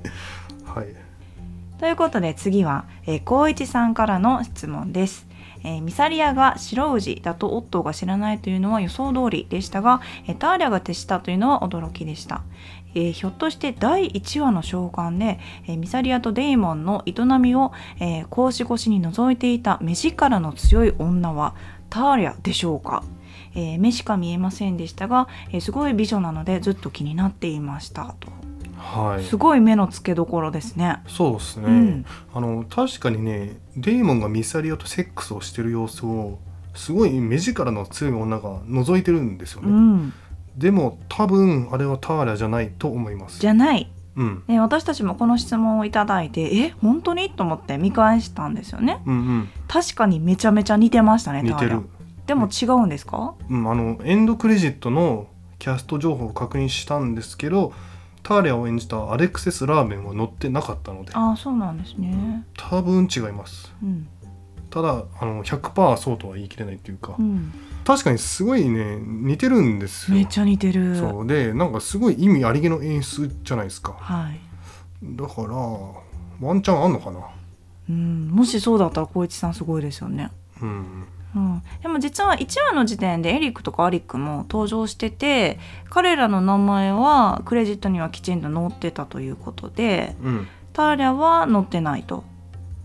Speaker 1: ということで次はえー光一さんからの質問ですえーミサリアが白氏だとオットーが知らないというのは予想通りでしたが、えーターリャが徹したというのは驚きでした、えーひょっとして第1話の召喚で、えーミサリアとデイモンの営みを、えー、格子越しに覗いていた目力の強い女はターリャでしょうか、えー目しか見えませんでしたが、えーすごい美女なのでずっと気になっていましたと
Speaker 2: はい
Speaker 1: すごい目の付けどころですね
Speaker 2: そうですね、
Speaker 1: うん
Speaker 2: あの確かにねデイモンがミサリアとセックスをしてる様子をすごい目力の強い女が覗いてるんですよ
Speaker 1: う
Speaker 2: ね、
Speaker 1: ん
Speaker 2: でも多分あれはターラじゃないと思います
Speaker 1: じゃない
Speaker 2: うん
Speaker 1: で私たちもこの質問をいただいてえ本当にと思って見返したんですよね
Speaker 2: うん
Speaker 1: 確かにめちゃめちゃ似てました
Speaker 2: う
Speaker 1: ね
Speaker 2: ん似て
Speaker 1: ター
Speaker 2: る
Speaker 1: ラでも違うんですか
Speaker 2: うん、あのエンドクレジットのキャスト情報を確認したんですけどターレアを演じたアレクセス・ラーメンは載ってなかったので
Speaker 1: ああそうなんですね
Speaker 2: 多分違います
Speaker 1: うん
Speaker 2: ただあの100%そうとは言い切れないというか、
Speaker 1: うん
Speaker 2: 確かにすごいね似てるんですよ
Speaker 1: めっちゃ似てる
Speaker 2: そうでなんかすごい意味ありげの演出じゃないですか
Speaker 1: はい
Speaker 2: だからワンチャンあんのかな
Speaker 1: うん、もしそうだったら光一さんすごいですよね、
Speaker 2: うん
Speaker 1: うん、でも実は1話の時点でエリックとかアリックも登場してて彼らの名前はクレジットにはきちんと載ってたということで
Speaker 2: うん
Speaker 1: ターリャは載ってないと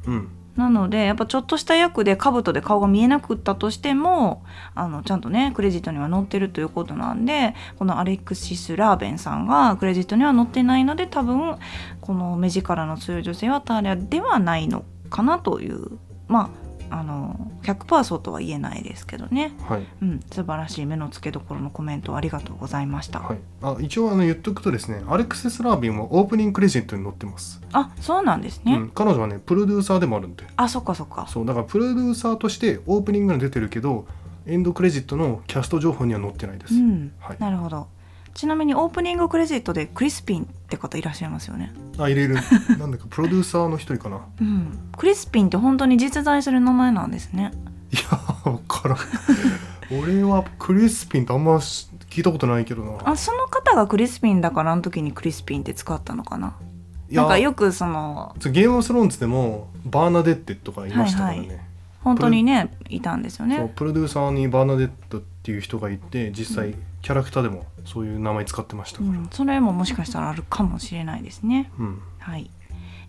Speaker 2: うん
Speaker 1: なのでやっぱちょっとした役で兜で顔が見えなくったとしてもあのちゃんとねクレジットには載ってるということなんでこのアレクシス・ラーベンさんがクレジットには載ってないので多分この目力の強い女性はターリャではないのかなというまああの100%そうとは言えないですけどね、
Speaker 2: はい
Speaker 1: うん、素晴らしい目の付けどころのコメントありがとうございました、
Speaker 2: はいあ一応あの言っとくとですねアレクセス・ラービンはオープニングクレジットに載ってます
Speaker 1: あそうなんですね、
Speaker 2: うん、彼女はねプロデューサーでもあるんで
Speaker 1: あそっかそっか
Speaker 2: そうだからプロデューサーとしてオープニングに出てるけどエンドクレジットのキャスト情報には載ってないです、
Speaker 1: うん
Speaker 2: はい
Speaker 1: なるほどちなみにオープニングクレジットでクリスピンって方いらっしゃいますよね、
Speaker 2: あ入れる なんだかプロデューサーの一人かない
Speaker 1: うん、クリスピンって本当に実在する名前なんですね
Speaker 2: や分からん俺はクリスピンってあんまし聞いたことないけどな
Speaker 1: あその方がクリスピンだからあの時にクリスピンって使ったのかないなんか
Speaker 2: や
Speaker 1: よくその
Speaker 2: そうゲームオブスローンズでもバーナデッテとかいましたからね、
Speaker 1: はいは本当にねいたんですよ
Speaker 2: そう
Speaker 1: ね
Speaker 2: プロデューサーにバーナデットっていう人がいて実際キャラクターでもそういう名前使ってました
Speaker 1: う
Speaker 2: から、
Speaker 1: ん、それももしかしたらあるかもしれないですね
Speaker 2: うん
Speaker 1: はい、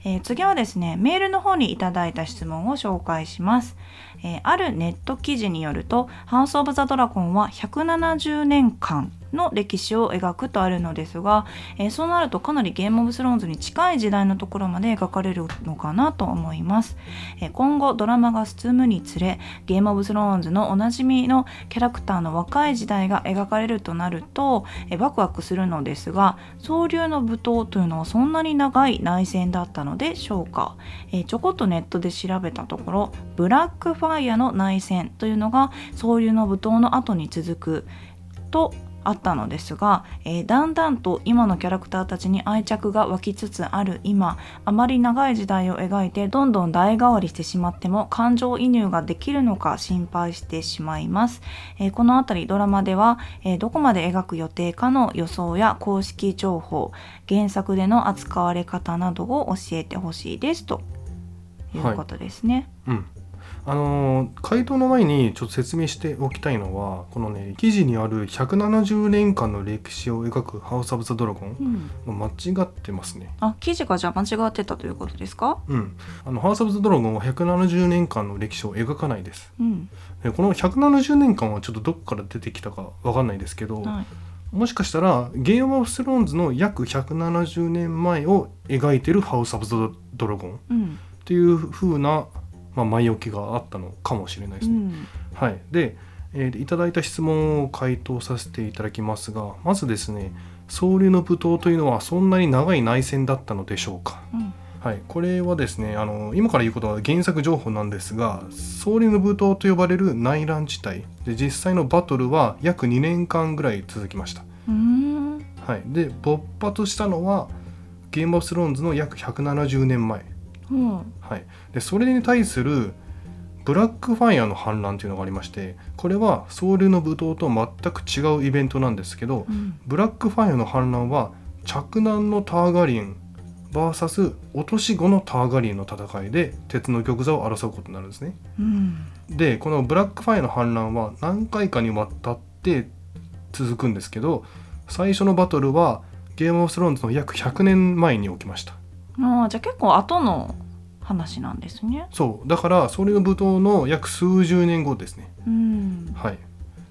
Speaker 1: えー次はですねメールの方にいただいた質問を紹介します、えーあるネット記事によると「ハウス・オブ・ザ・ドラゴン」は170年間の歴史を描くとあるのですが、えーそうなるとかなりゲーム・オブ・スローンズに近い時代のところまで描かれるのかなと思います、えー今後ドラマが進むにつれゲーム・オブ・スローンズのおなじみのキャラクターの若い時代が描かれるとなるとえーワクワクするのですが総流の舞踏というのはそんなに長い内戦だったのでしょうか、えーちょこっとネットで調べたところブラックファイアの内戦というのが総流の舞踏の後に続くとあったのですが、えーだんだんと今のキャラクターたちに愛着が湧きつつある今あまり長い時代を描いてどんどん代替わりしてしまっても感情移入ができるのか心配してしまいます、えーこのあたりドラマでは、えーどこまで描く予定かの予想や公式情報原作での扱われ方などを教えてほしいですということですね。
Speaker 2: うんあのー回答の前にちょっと説明しておきたいのはこのね記事にある170年間の歴史を描く「ハウス・オブ・ザ・ドラゴン
Speaker 1: うん」
Speaker 2: 間違ってますね。
Speaker 1: あ記事がじゃあ間違ってたということですか、
Speaker 2: うん、あのハウス・オブ・ザ・ドラゴンは170年間の歴史を描かないです。
Speaker 1: うん
Speaker 2: でこの170年間はちょっとどこから出てきたかわかんないですけど、
Speaker 1: はい、
Speaker 2: もしかしたらゲームオブスローンズの約170年前を描いてるハウス・オブ・ザ・ドラゴンっ
Speaker 1: うん
Speaker 2: ていう風な、まあ、前置きがあったのかもしれないで
Speaker 1: う
Speaker 2: すね。
Speaker 1: ん
Speaker 2: はい、で、えーいただいた質問を回答させていただきますがまずですね総流の舞踏というのはそんなに長い内戦だったのでしょうか
Speaker 1: うん
Speaker 2: はい、これはですねあの今から言うことは原作情報なんですが総理の舞踏と呼ばれる内乱地帯で実際のバトルは約2年間ぐらい続きました、
Speaker 1: うーん
Speaker 2: はい、で勃発したのはゲームオブスローンズの約170年前、
Speaker 1: うん
Speaker 2: はい、でそれに対するブラックファイアの反乱というのがありましてこれは総流の舞踏と全く違うイベントなんですけど、
Speaker 1: うん
Speaker 2: ブラックファイアの反乱は嫡男のターガリン VS 落とし子のターガリンの戦いで鉄の玉座を争うことになるんですね。
Speaker 1: うん
Speaker 2: でこのブラックファイアの反乱は何回かにわたって続くんですけど最初のバトルはゲームオブスローンズの約100年前に起きました。
Speaker 1: ああじゃあ結構後の話なんですね。
Speaker 2: そうだからそれの舞踏の約数十年後ですね。
Speaker 1: うん
Speaker 2: はい、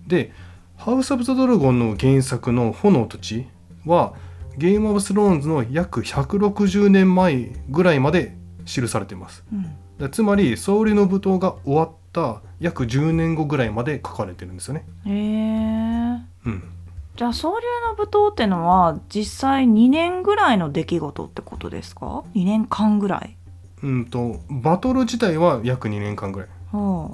Speaker 2: で「ハウス・オブ・ザ・ドラゴン」の原作の「炎と血」はゲーム・オブ・スローンズの約160年前ぐらいまで記されています
Speaker 1: うん
Speaker 2: だつまり総理の舞踏が終わった約10年後ぐらいまで書かれてるんですよね
Speaker 1: へえ
Speaker 2: うん
Speaker 1: じゃあ総流の舞踏ってのは実際2年ぐらいの出来事ってことですか2年間ぐらい。
Speaker 2: うんとバトル自体は約2年間ぐらい
Speaker 1: は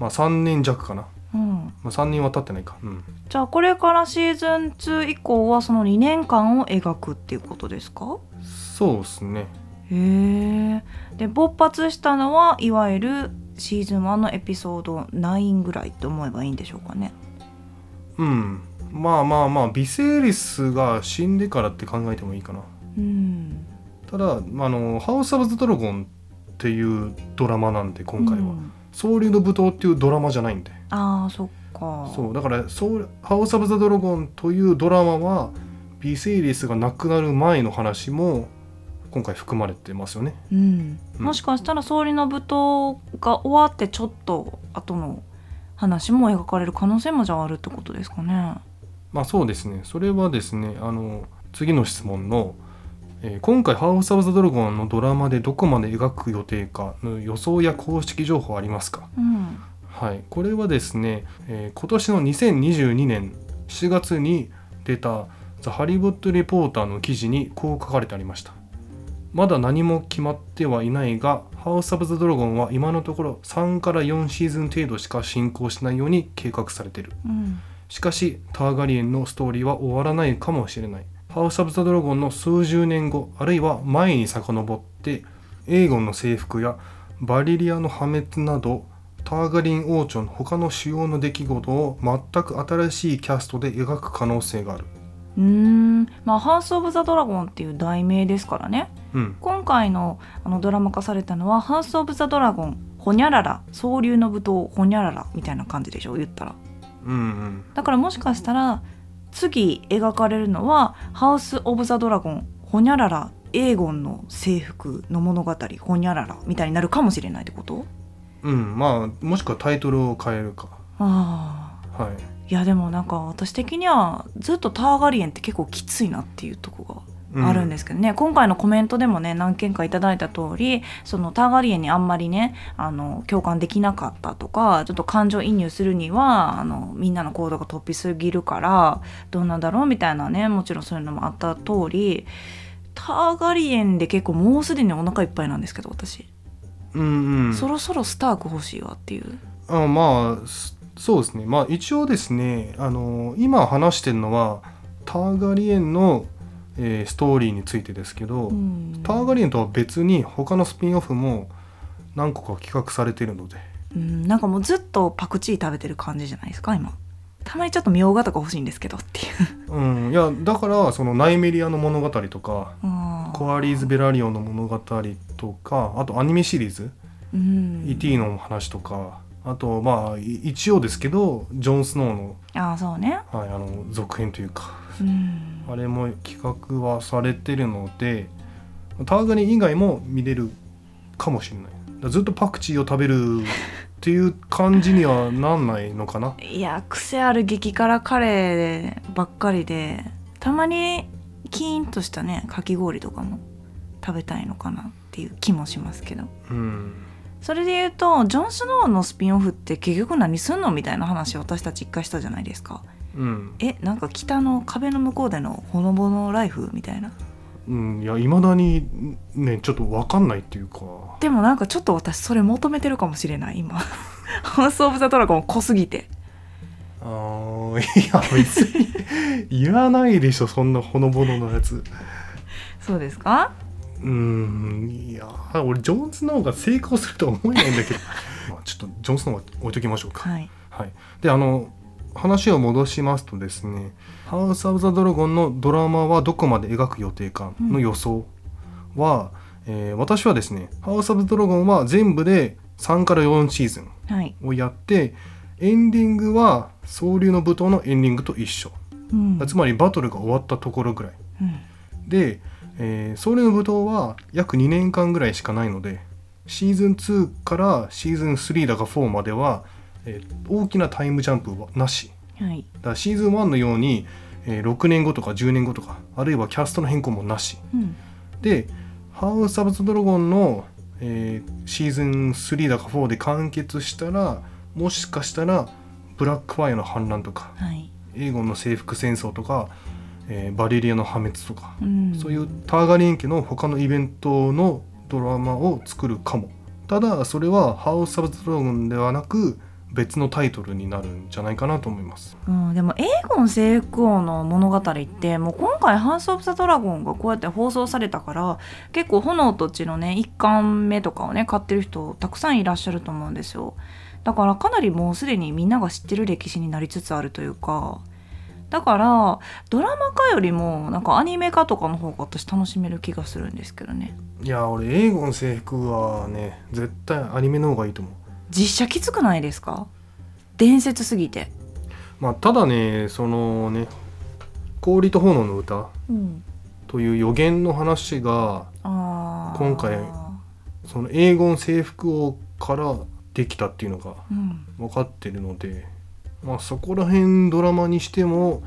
Speaker 2: まあ3年弱かな、
Speaker 1: あうん、
Speaker 2: まあ、3年は経ってないかうん
Speaker 1: じゃあこれからシーズン2以降はその2年間を描くっていうことですか
Speaker 2: そうですね
Speaker 1: へえで勃発したのはいわゆるシーズン1のエピソード9ぐらいって思えばいいんでしょうかね。
Speaker 2: うんまあまあまあビセーリスが死んでからって考えてもいいかな
Speaker 1: うん、
Speaker 2: ただ、まあ、あの「ハウス・オブ・ザ・ドラゴン」っていうドラマなんで今回は
Speaker 1: う
Speaker 2: 「
Speaker 1: ん
Speaker 2: 総流の舞踏」っていうドラマじゃないんで
Speaker 1: あーそっか
Speaker 2: そうだからソウハウス・オブ・ザ・ドラゴン」というドラマはビセイリスが亡くなる前の話も今回含まれてますよね
Speaker 1: うん、
Speaker 2: うん
Speaker 1: もしかしたら総理の舞踏が終わってちょっと後の話も描かれる可能性もじゃああるってことですかね。
Speaker 2: まあそうですねそれはですねあの次の質問の、えー今回「ハウス・オブ・ザ・ドラゴン」のドラマでどこまで描く予定かの予想や公式情報ありますか
Speaker 1: うん、
Speaker 2: はい、これはですね、えー今年の2022年7月に出た「ザ・ハリウッド・レポーター」の記事にこう書かれてありました。まだ何も決まってはいないが、ハウス・オブ・ザ・ドラゴンは今のところ3から4シーズン程度しか進行しないように計画されている。
Speaker 1: うん
Speaker 2: しかし、ターガリエンのストーリーは終わらないかもしれない。ハウス・オブ・ザ・ドラゴンの数十年後、あるいは前に遡って、エーゴンの征服やバリリアの破滅など、ターガリン王朝の他の主要の出来事を全く新しいキャストで描く可能性がある。
Speaker 1: うーんまあ「ハウス・オブ・ザ・ドラゴン」っていう題名ですからね
Speaker 2: うん。
Speaker 1: 今回のあのドラマ化されたのは「ハウス・オブ・ザ・ドラゴン」「ほにゃらら」「総流の舞踏」「ほにゃらら」みたいな感じでしょ言ったら
Speaker 2: うんうん。
Speaker 1: だからもしかしたら次描かれるのは「ハウス・オブ・ザ・ドラゴン」「ほにゃらら」「エーゴンの征服」の物語「ほにゃらら」みたいになるかもしれないってこと
Speaker 2: うん、まあもしくはタイトルを変えるか
Speaker 1: ああ
Speaker 2: はい
Speaker 1: いやでもなんか私的にはずっとターガリエンって結構きついなっていうとこが
Speaker 2: う
Speaker 1: あるんですけどね、今回のコメントでもね何件かいただいた通りそのターガリエンにあんまりねあの共感できなかったとかちょっと感情移入するにはあのみんなの行動が突飛すぎるからどうなんだろうみたいなねもちろんそういうのもあった通りターガリエンで結構もうすでにお腹いっぱいなんですけど私、
Speaker 2: うんうん
Speaker 1: そろそろスターク欲しいわっていう
Speaker 2: あまあすそうですねまあ一応ですねあの今話してるのはターガリエンの、えーストーリーについてですけど、
Speaker 1: うん
Speaker 2: ターガリエンとは別に他のスピンオフも何個か企画されているので
Speaker 1: うんなんかもうずっとパクチー食べてる感じじゃないですか今たまにちょっとみょうがとか欲しいんですけどっていう
Speaker 2: うんいやだからそのナイメリアの物語とか
Speaker 1: あー
Speaker 2: コアリーズ・ベラリオの物語とかあとアニメシリーズ
Speaker 1: うん
Speaker 2: E.T. の話とかあとまあい一応ですけどジョン・スノーの,、
Speaker 1: ああそうね
Speaker 2: はい、あの続編というか
Speaker 1: うん
Speaker 2: あれも企画はされてるのでターガリン以外も見れるかもしれないだからずっとパクチーを食べるっていう感じにはなんないのかな
Speaker 1: いや癖ある激辛カレーばっかりでたまにキーンとしたねかき氷とかも食べたいのかなっていう気もしますけど
Speaker 2: うん
Speaker 1: それで言うとジョン・スノーのスピンオフって結局何すんのみたいな話を私たち一回したじゃないですか
Speaker 2: うん、
Speaker 1: えなんか北の壁の向こうでのほのぼのライフみたいな
Speaker 2: うん、いやいまだにねちょっと分かんないっていうか
Speaker 1: でもなんかちょっと私それ求めてるかもしれない今ハウス・オブ・ザ・ドラゴン濃すぎて
Speaker 2: あーいや別に言わないでしょそんなほのぼののやつ
Speaker 1: そうですか
Speaker 2: うーんいやー俺ジョン・スノーが成功するとは思えないんだけど まあちょっとジョン・スノーは置いときましょうか。
Speaker 1: はい
Speaker 2: はい、であの話を戻しますとですね「ハウス・オブ・ザ・ドラゴン」のドラマはどこまで描く予定かの予想は、えー私はですね「ハウス・オブ・ドラゴン」は全部で3から4シーズン
Speaker 1: はい
Speaker 2: をやってエンディングは「総流の舞踏」のエンディングと一緒
Speaker 1: うん
Speaker 2: つまりバトルが終わったところぐらい
Speaker 1: うん
Speaker 2: で、えー、ソウルの舞踏は約2年間ぐらいしかないのでシーズン2からシーズン3だか4までは、えー大きなタイムジャンプはなし
Speaker 1: はい
Speaker 2: だからシーズン1のように、えー6年後とか10年後とかあるいはキャストの変更もなし
Speaker 1: うん
Speaker 2: で「ハウス・オブ・ザ・ドラゴンの」えーシーズン3だか4で完結したらもしかしたらブラックファイアの反乱とか
Speaker 1: はい
Speaker 2: エーゴンの征服戦争とか、えーバリリアの破滅とか
Speaker 1: うん
Speaker 2: そういうターガリン家の他のイベントのドラマを作るかも。ただそれはハウス・サブ・ドラゴンではなく別のタイトルになるんじゃないかなと思います。
Speaker 1: うん、でもエーゴン征服王の物語ってもう今回「ハウス・オブ・ザ・ドラゴン」がこうやって放送されたから結構炎と血のね1巻目とかをね買ってる人たくさんいらっしゃると思うんですよだからかなりもうすでにみんなが知ってる歴史になりつつあるというかだからドラマ化よりもなんかアニメ化とかの方が私楽しめる気がするんですけどね
Speaker 2: いや俺エーゴン制服はね絶対アニメの方がいいと思う。
Speaker 1: 実写きつくないですか伝説すぎて、
Speaker 2: まあただねそのね「氷と炎の歌
Speaker 1: うん、」
Speaker 2: という予言の話が
Speaker 1: あー
Speaker 2: 今回そのエーゴン制服王からできたっていうのが
Speaker 1: うん
Speaker 2: 分かってるので、まあ、そこら辺ドラマにしても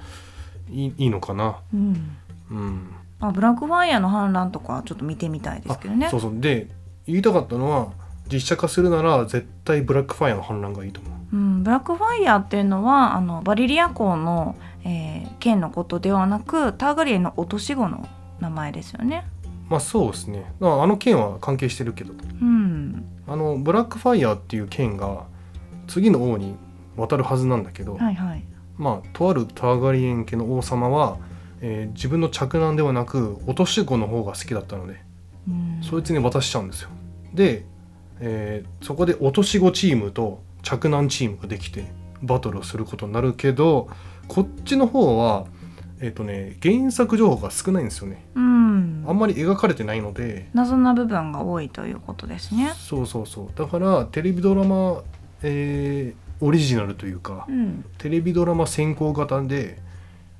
Speaker 2: いいいいのかな。
Speaker 1: うん
Speaker 2: うん
Speaker 1: あブラックファイアの反乱とかちょっと見てみたいですけどね
Speaker 2: あそうそうで言いたかったのは実写化するなら絶対ブラックファイアの反乱がいいと思う。
Speaker 1: うん、ブラックファイアっていうのはあのバリリア港の、えー、剣のことではなくターガリエンの落とし子の名前ですよね
Speaker 2: まあそうですねまああの件は関係してるけど
Speaker 1: うん
Speaker 2: あのブラックファイヤーっていう剣が次の王に渡るはずなんだけど、
Speaker 1: はいはい
Speaker 2: まあとあるターガリエン家の王様は、えー自分の嫡男ではなく落とし子の方が好きだったので
Speaker 1: うん
Speaker 2: そいつに渡しちゃうんですよで、えーそこで落とし子チームと嫡男チームができてバトルをすることになるけどこっちの方はえっ、とね原作情報が少ないんですよね
Speaker 1: うん
Speaker 2: あんまり描かれてないので
Speaker 1: 謎な部分が多いということですね
Speaker 2: そうそうそうだからテレビドラマ、えーオリジナルというか
Speaker 1: うん
Speaker 2: テレビドラマ先行型で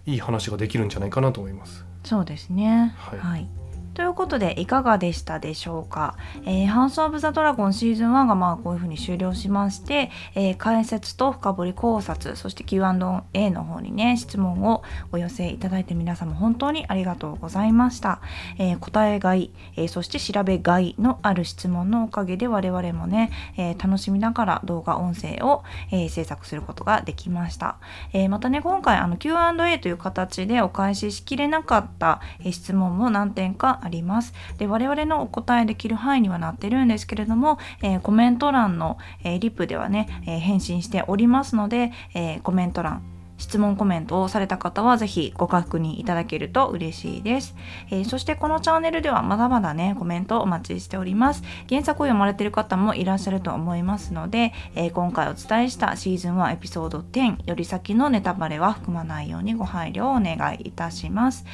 Speaker 2: いい話ができるんじゃないかなと思います
Speaker 1: そうですね。
Speaker 2: は
Speaker 1: はいい、ということでいかがでしたでしょうか、えーハウス・オブ・ザ・ドラゴンシーズン1がまあこういうふうに終了しまして、えー解説と深掘り考察そして Q&A の方にね質問をお寄せいただいて皆様本当にありがとうございました、えー答えがい、えーそして調べがいのある質問のおかげで我々もね、えー楽しみながら動画音声を、えー制作することができましたえーまたね今回あの Q&A という形でお返ししきれなかった、えー質問も何点かあります。で我々のお答えできる範囲にはなってるんですけれども、えーコメント欄の、えーリプではね、えー返信しておりますので、えーコメント欄質問コメントをされた方はぜひご確認いただけると嬉しいです、えーそしてこのチャンネルではまだまだねコメントお待ちしております原作を読まれている方もいらっしゃると思いますので、えー今回お伝えしたシーズン1エピソード10より先のネタバレは含まないようにご配慮をお願いいたします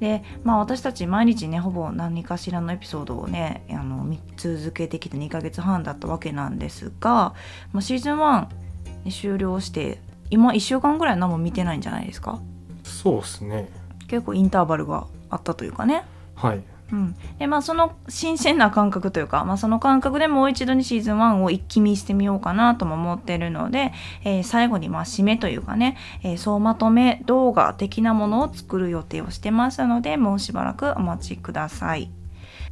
Speaker 1: でまあ私たち毎日ねほぼ何かしらのエピソードをねあの見続けてきて2ヶ月半だったわけなんですが、まあ、シーズン1終了して今1週間ぐらい何も見てないんじゃないですか
Speaker 2: そうですね
Speaker 1: 結構インターバルがあったというかね
Speaker 2: はい
Speaker 1: うん、でまあその新鮮な感覚というか、まあ、その感覚でもう一度にシーズン1を一気見してみようかなとも思ってるので、えー最後にまあ締めというかね、えー総まとめ動画的なものを作る予定をしてますのでもうしばらくお待ちください。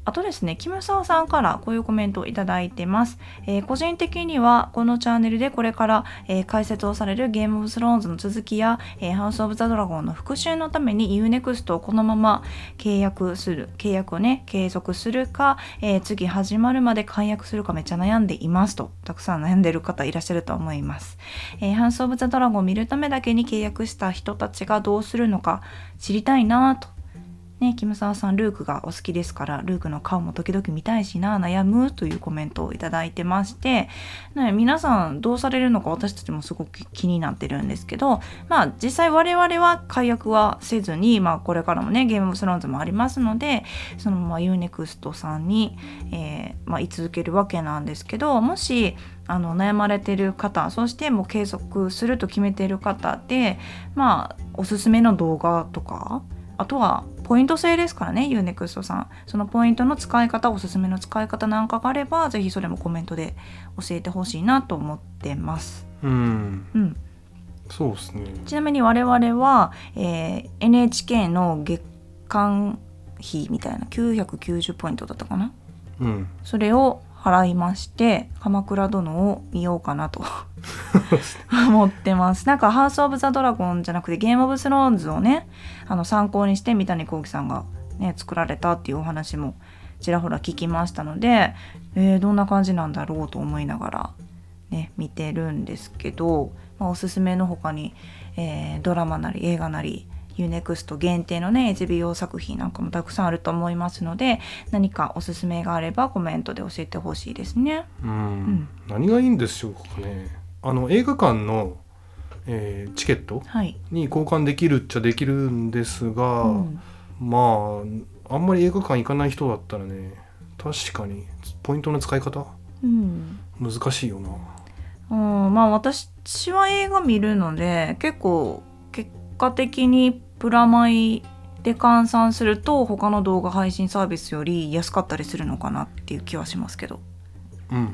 Speaker 1: あとですね、キムサワさんからこういうコメントをいただいてます。えー個人的にはこのチャンネルでこれから、えー解説をされるゲームオブスローンズの続きや、えーハウスオブザドラゴンの復習のために UNEXT をこのまま契約する、契約をね、継続するか、えー次始まるまで解約するかめっちゃ悩んでいますと、たくさん悩んでる方いらっしゃると思います。えーハウスオブザドラゴンを見るためだけに契約した人たちがどうするのか知りたいなぁとね、キムサワさんルークがお好きですからルークの顔も時々見たいしな悩むというコメントをいただいてまして、ね、皆さんどうされるのか私たちもすごく気になってるんですけど、まあ、実際我々は解約はせずに、まあ、これからもねゲームオブスローンズもありますのでそのまま UNEXT さんに、えーまあ、居続けるわけなんですけどもしあの悩まれてる方そしてもう継続すると決めてる方で、まあ、おすすめの動画とかあとはポイント制ですからね UNEXT さんそのポイントの使い方おすすめの使い方なんかがあればぜひそれもコメントで教えてほしいなと思ってます。
Speaker 2: うん
Speaker 1: うん、
Speaker 2: そうですね
Speaker 1: ちなみに我々は、えー NHK の月間費みたいな990ポイントだったかな
Speaker 2: うん
Speaker 1: それを払いまして「鎌倉殿」を見ようかなと思ってますなんか「ハウス・オブ・ザ・ドラゴン」じゃなくて「ゲーム・オブ・スローンズ」をねあの参考にして三谷幸喜さんが、ね、作られたっていうお話もちらほら聞きましたので、えーどんな感じなんだろうと思いながら、ね、見てるんですけど、まあ、おすすめの他に、えードラマなり映画なり UNEXT 限定のね HBO 作品なんかもたくさんあると思いますので何かおすすめがあればコメントで教えてほしいですね。
Speaker 2: うん何がいいんでしょうかねあの映画館の、えーチケット
Speaker 1: はい、
Speaker 2: に交換できるっちゃできるんですが、
Speaker 1: うん
Speaker 2: まああんまり映画館行かない人だったらね確かにポイントの使い方
Speaker 1: うん
Speaker 2: 難しいよな
Speaker 1: うん、まあ私は映画見るので結構結果的にプラマイで換算すると他の動画配信サービスより安かったりするのかなっていう気はしますけど
Speaker 2: うんうん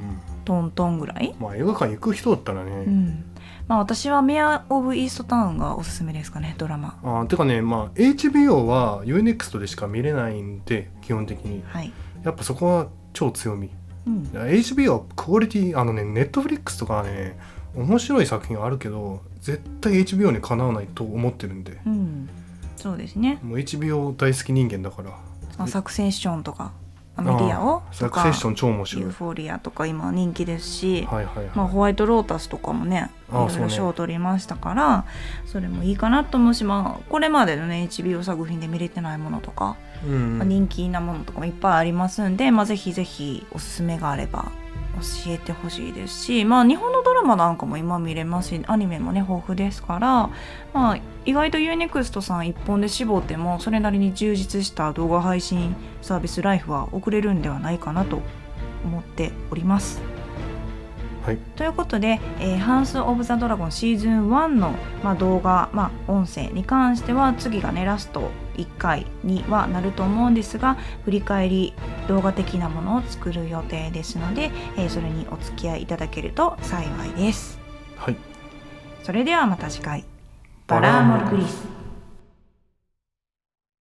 Speaker 1: トントンぐらい、
Speaker 2: まあ映画館行く人だったらね、
Speaker 1: うん、まあ私はメア・オブ・イーストタウンがおすすめですかねドラマ
Speaker 2: あーてかねまあ HBO は UNEXT でしか見れないんで基本的に
Speaker 1: はい、
Speaker 2: やっぱそこは超強み
Speaker 1: うん、
Speaker 2: HBO はクオリティあのね Netflix とかはね面白い作品あるけど絶対 HBO にかなわないと思ってるんで
Speaker 1: うん、そうですね
Speaker 2: もう HBO 大好き人間だから
Speaker 1: まあ、サクセッションとかあメディアを
Speaker 2: あー
Speaker 1: と
Speaker 2: サク
Speaker 1: か
Speaker 2: セッション超面白い
Speaker 1: ユー
Speaker 2: は
Speaker 1: フォリアとか今人気ですし、
Speaker 2: いはいはい、
Speaker 1: まあ、ホワイトロータスとかもねい
Speaker 2: あ
Speaker 1: ろ
Speaker 2: あそう
Speaker 1: いろ
Speaker 2: ね
Speaker 1: 賞を取りましたからそれもいいかなと思うし、まあ、これまでのね HBO 作品で見れてないものとか、
Speaker 2: うん
Speaker 1: まあ人気なものとかもいっぱいありますんで、まあ、ぜひぜひおすすめがあれば教えてほしいですし、まあ、日本のドラマなんかも今見れますしアニメもね豊富ですから、まあ、意外と UNEXT さん1本で絞ってもそれなりに充実した動画配信サービスライフは送れるんではないかなと思っております。
Speaker 2: はい
Speaker 1: ということで、えーハウス・オブ・ザ・ドラゴンシーズン1の、まあ、動画、まあ、音声に関しては次がねラスト1回にはなると思うんですが振り返り動画的なものを作る予定ですので、えーそれにお付き合いいただけると幸いです。
Speaker 2: はい
Speaker 1: それではまた次回。バラーモルクリス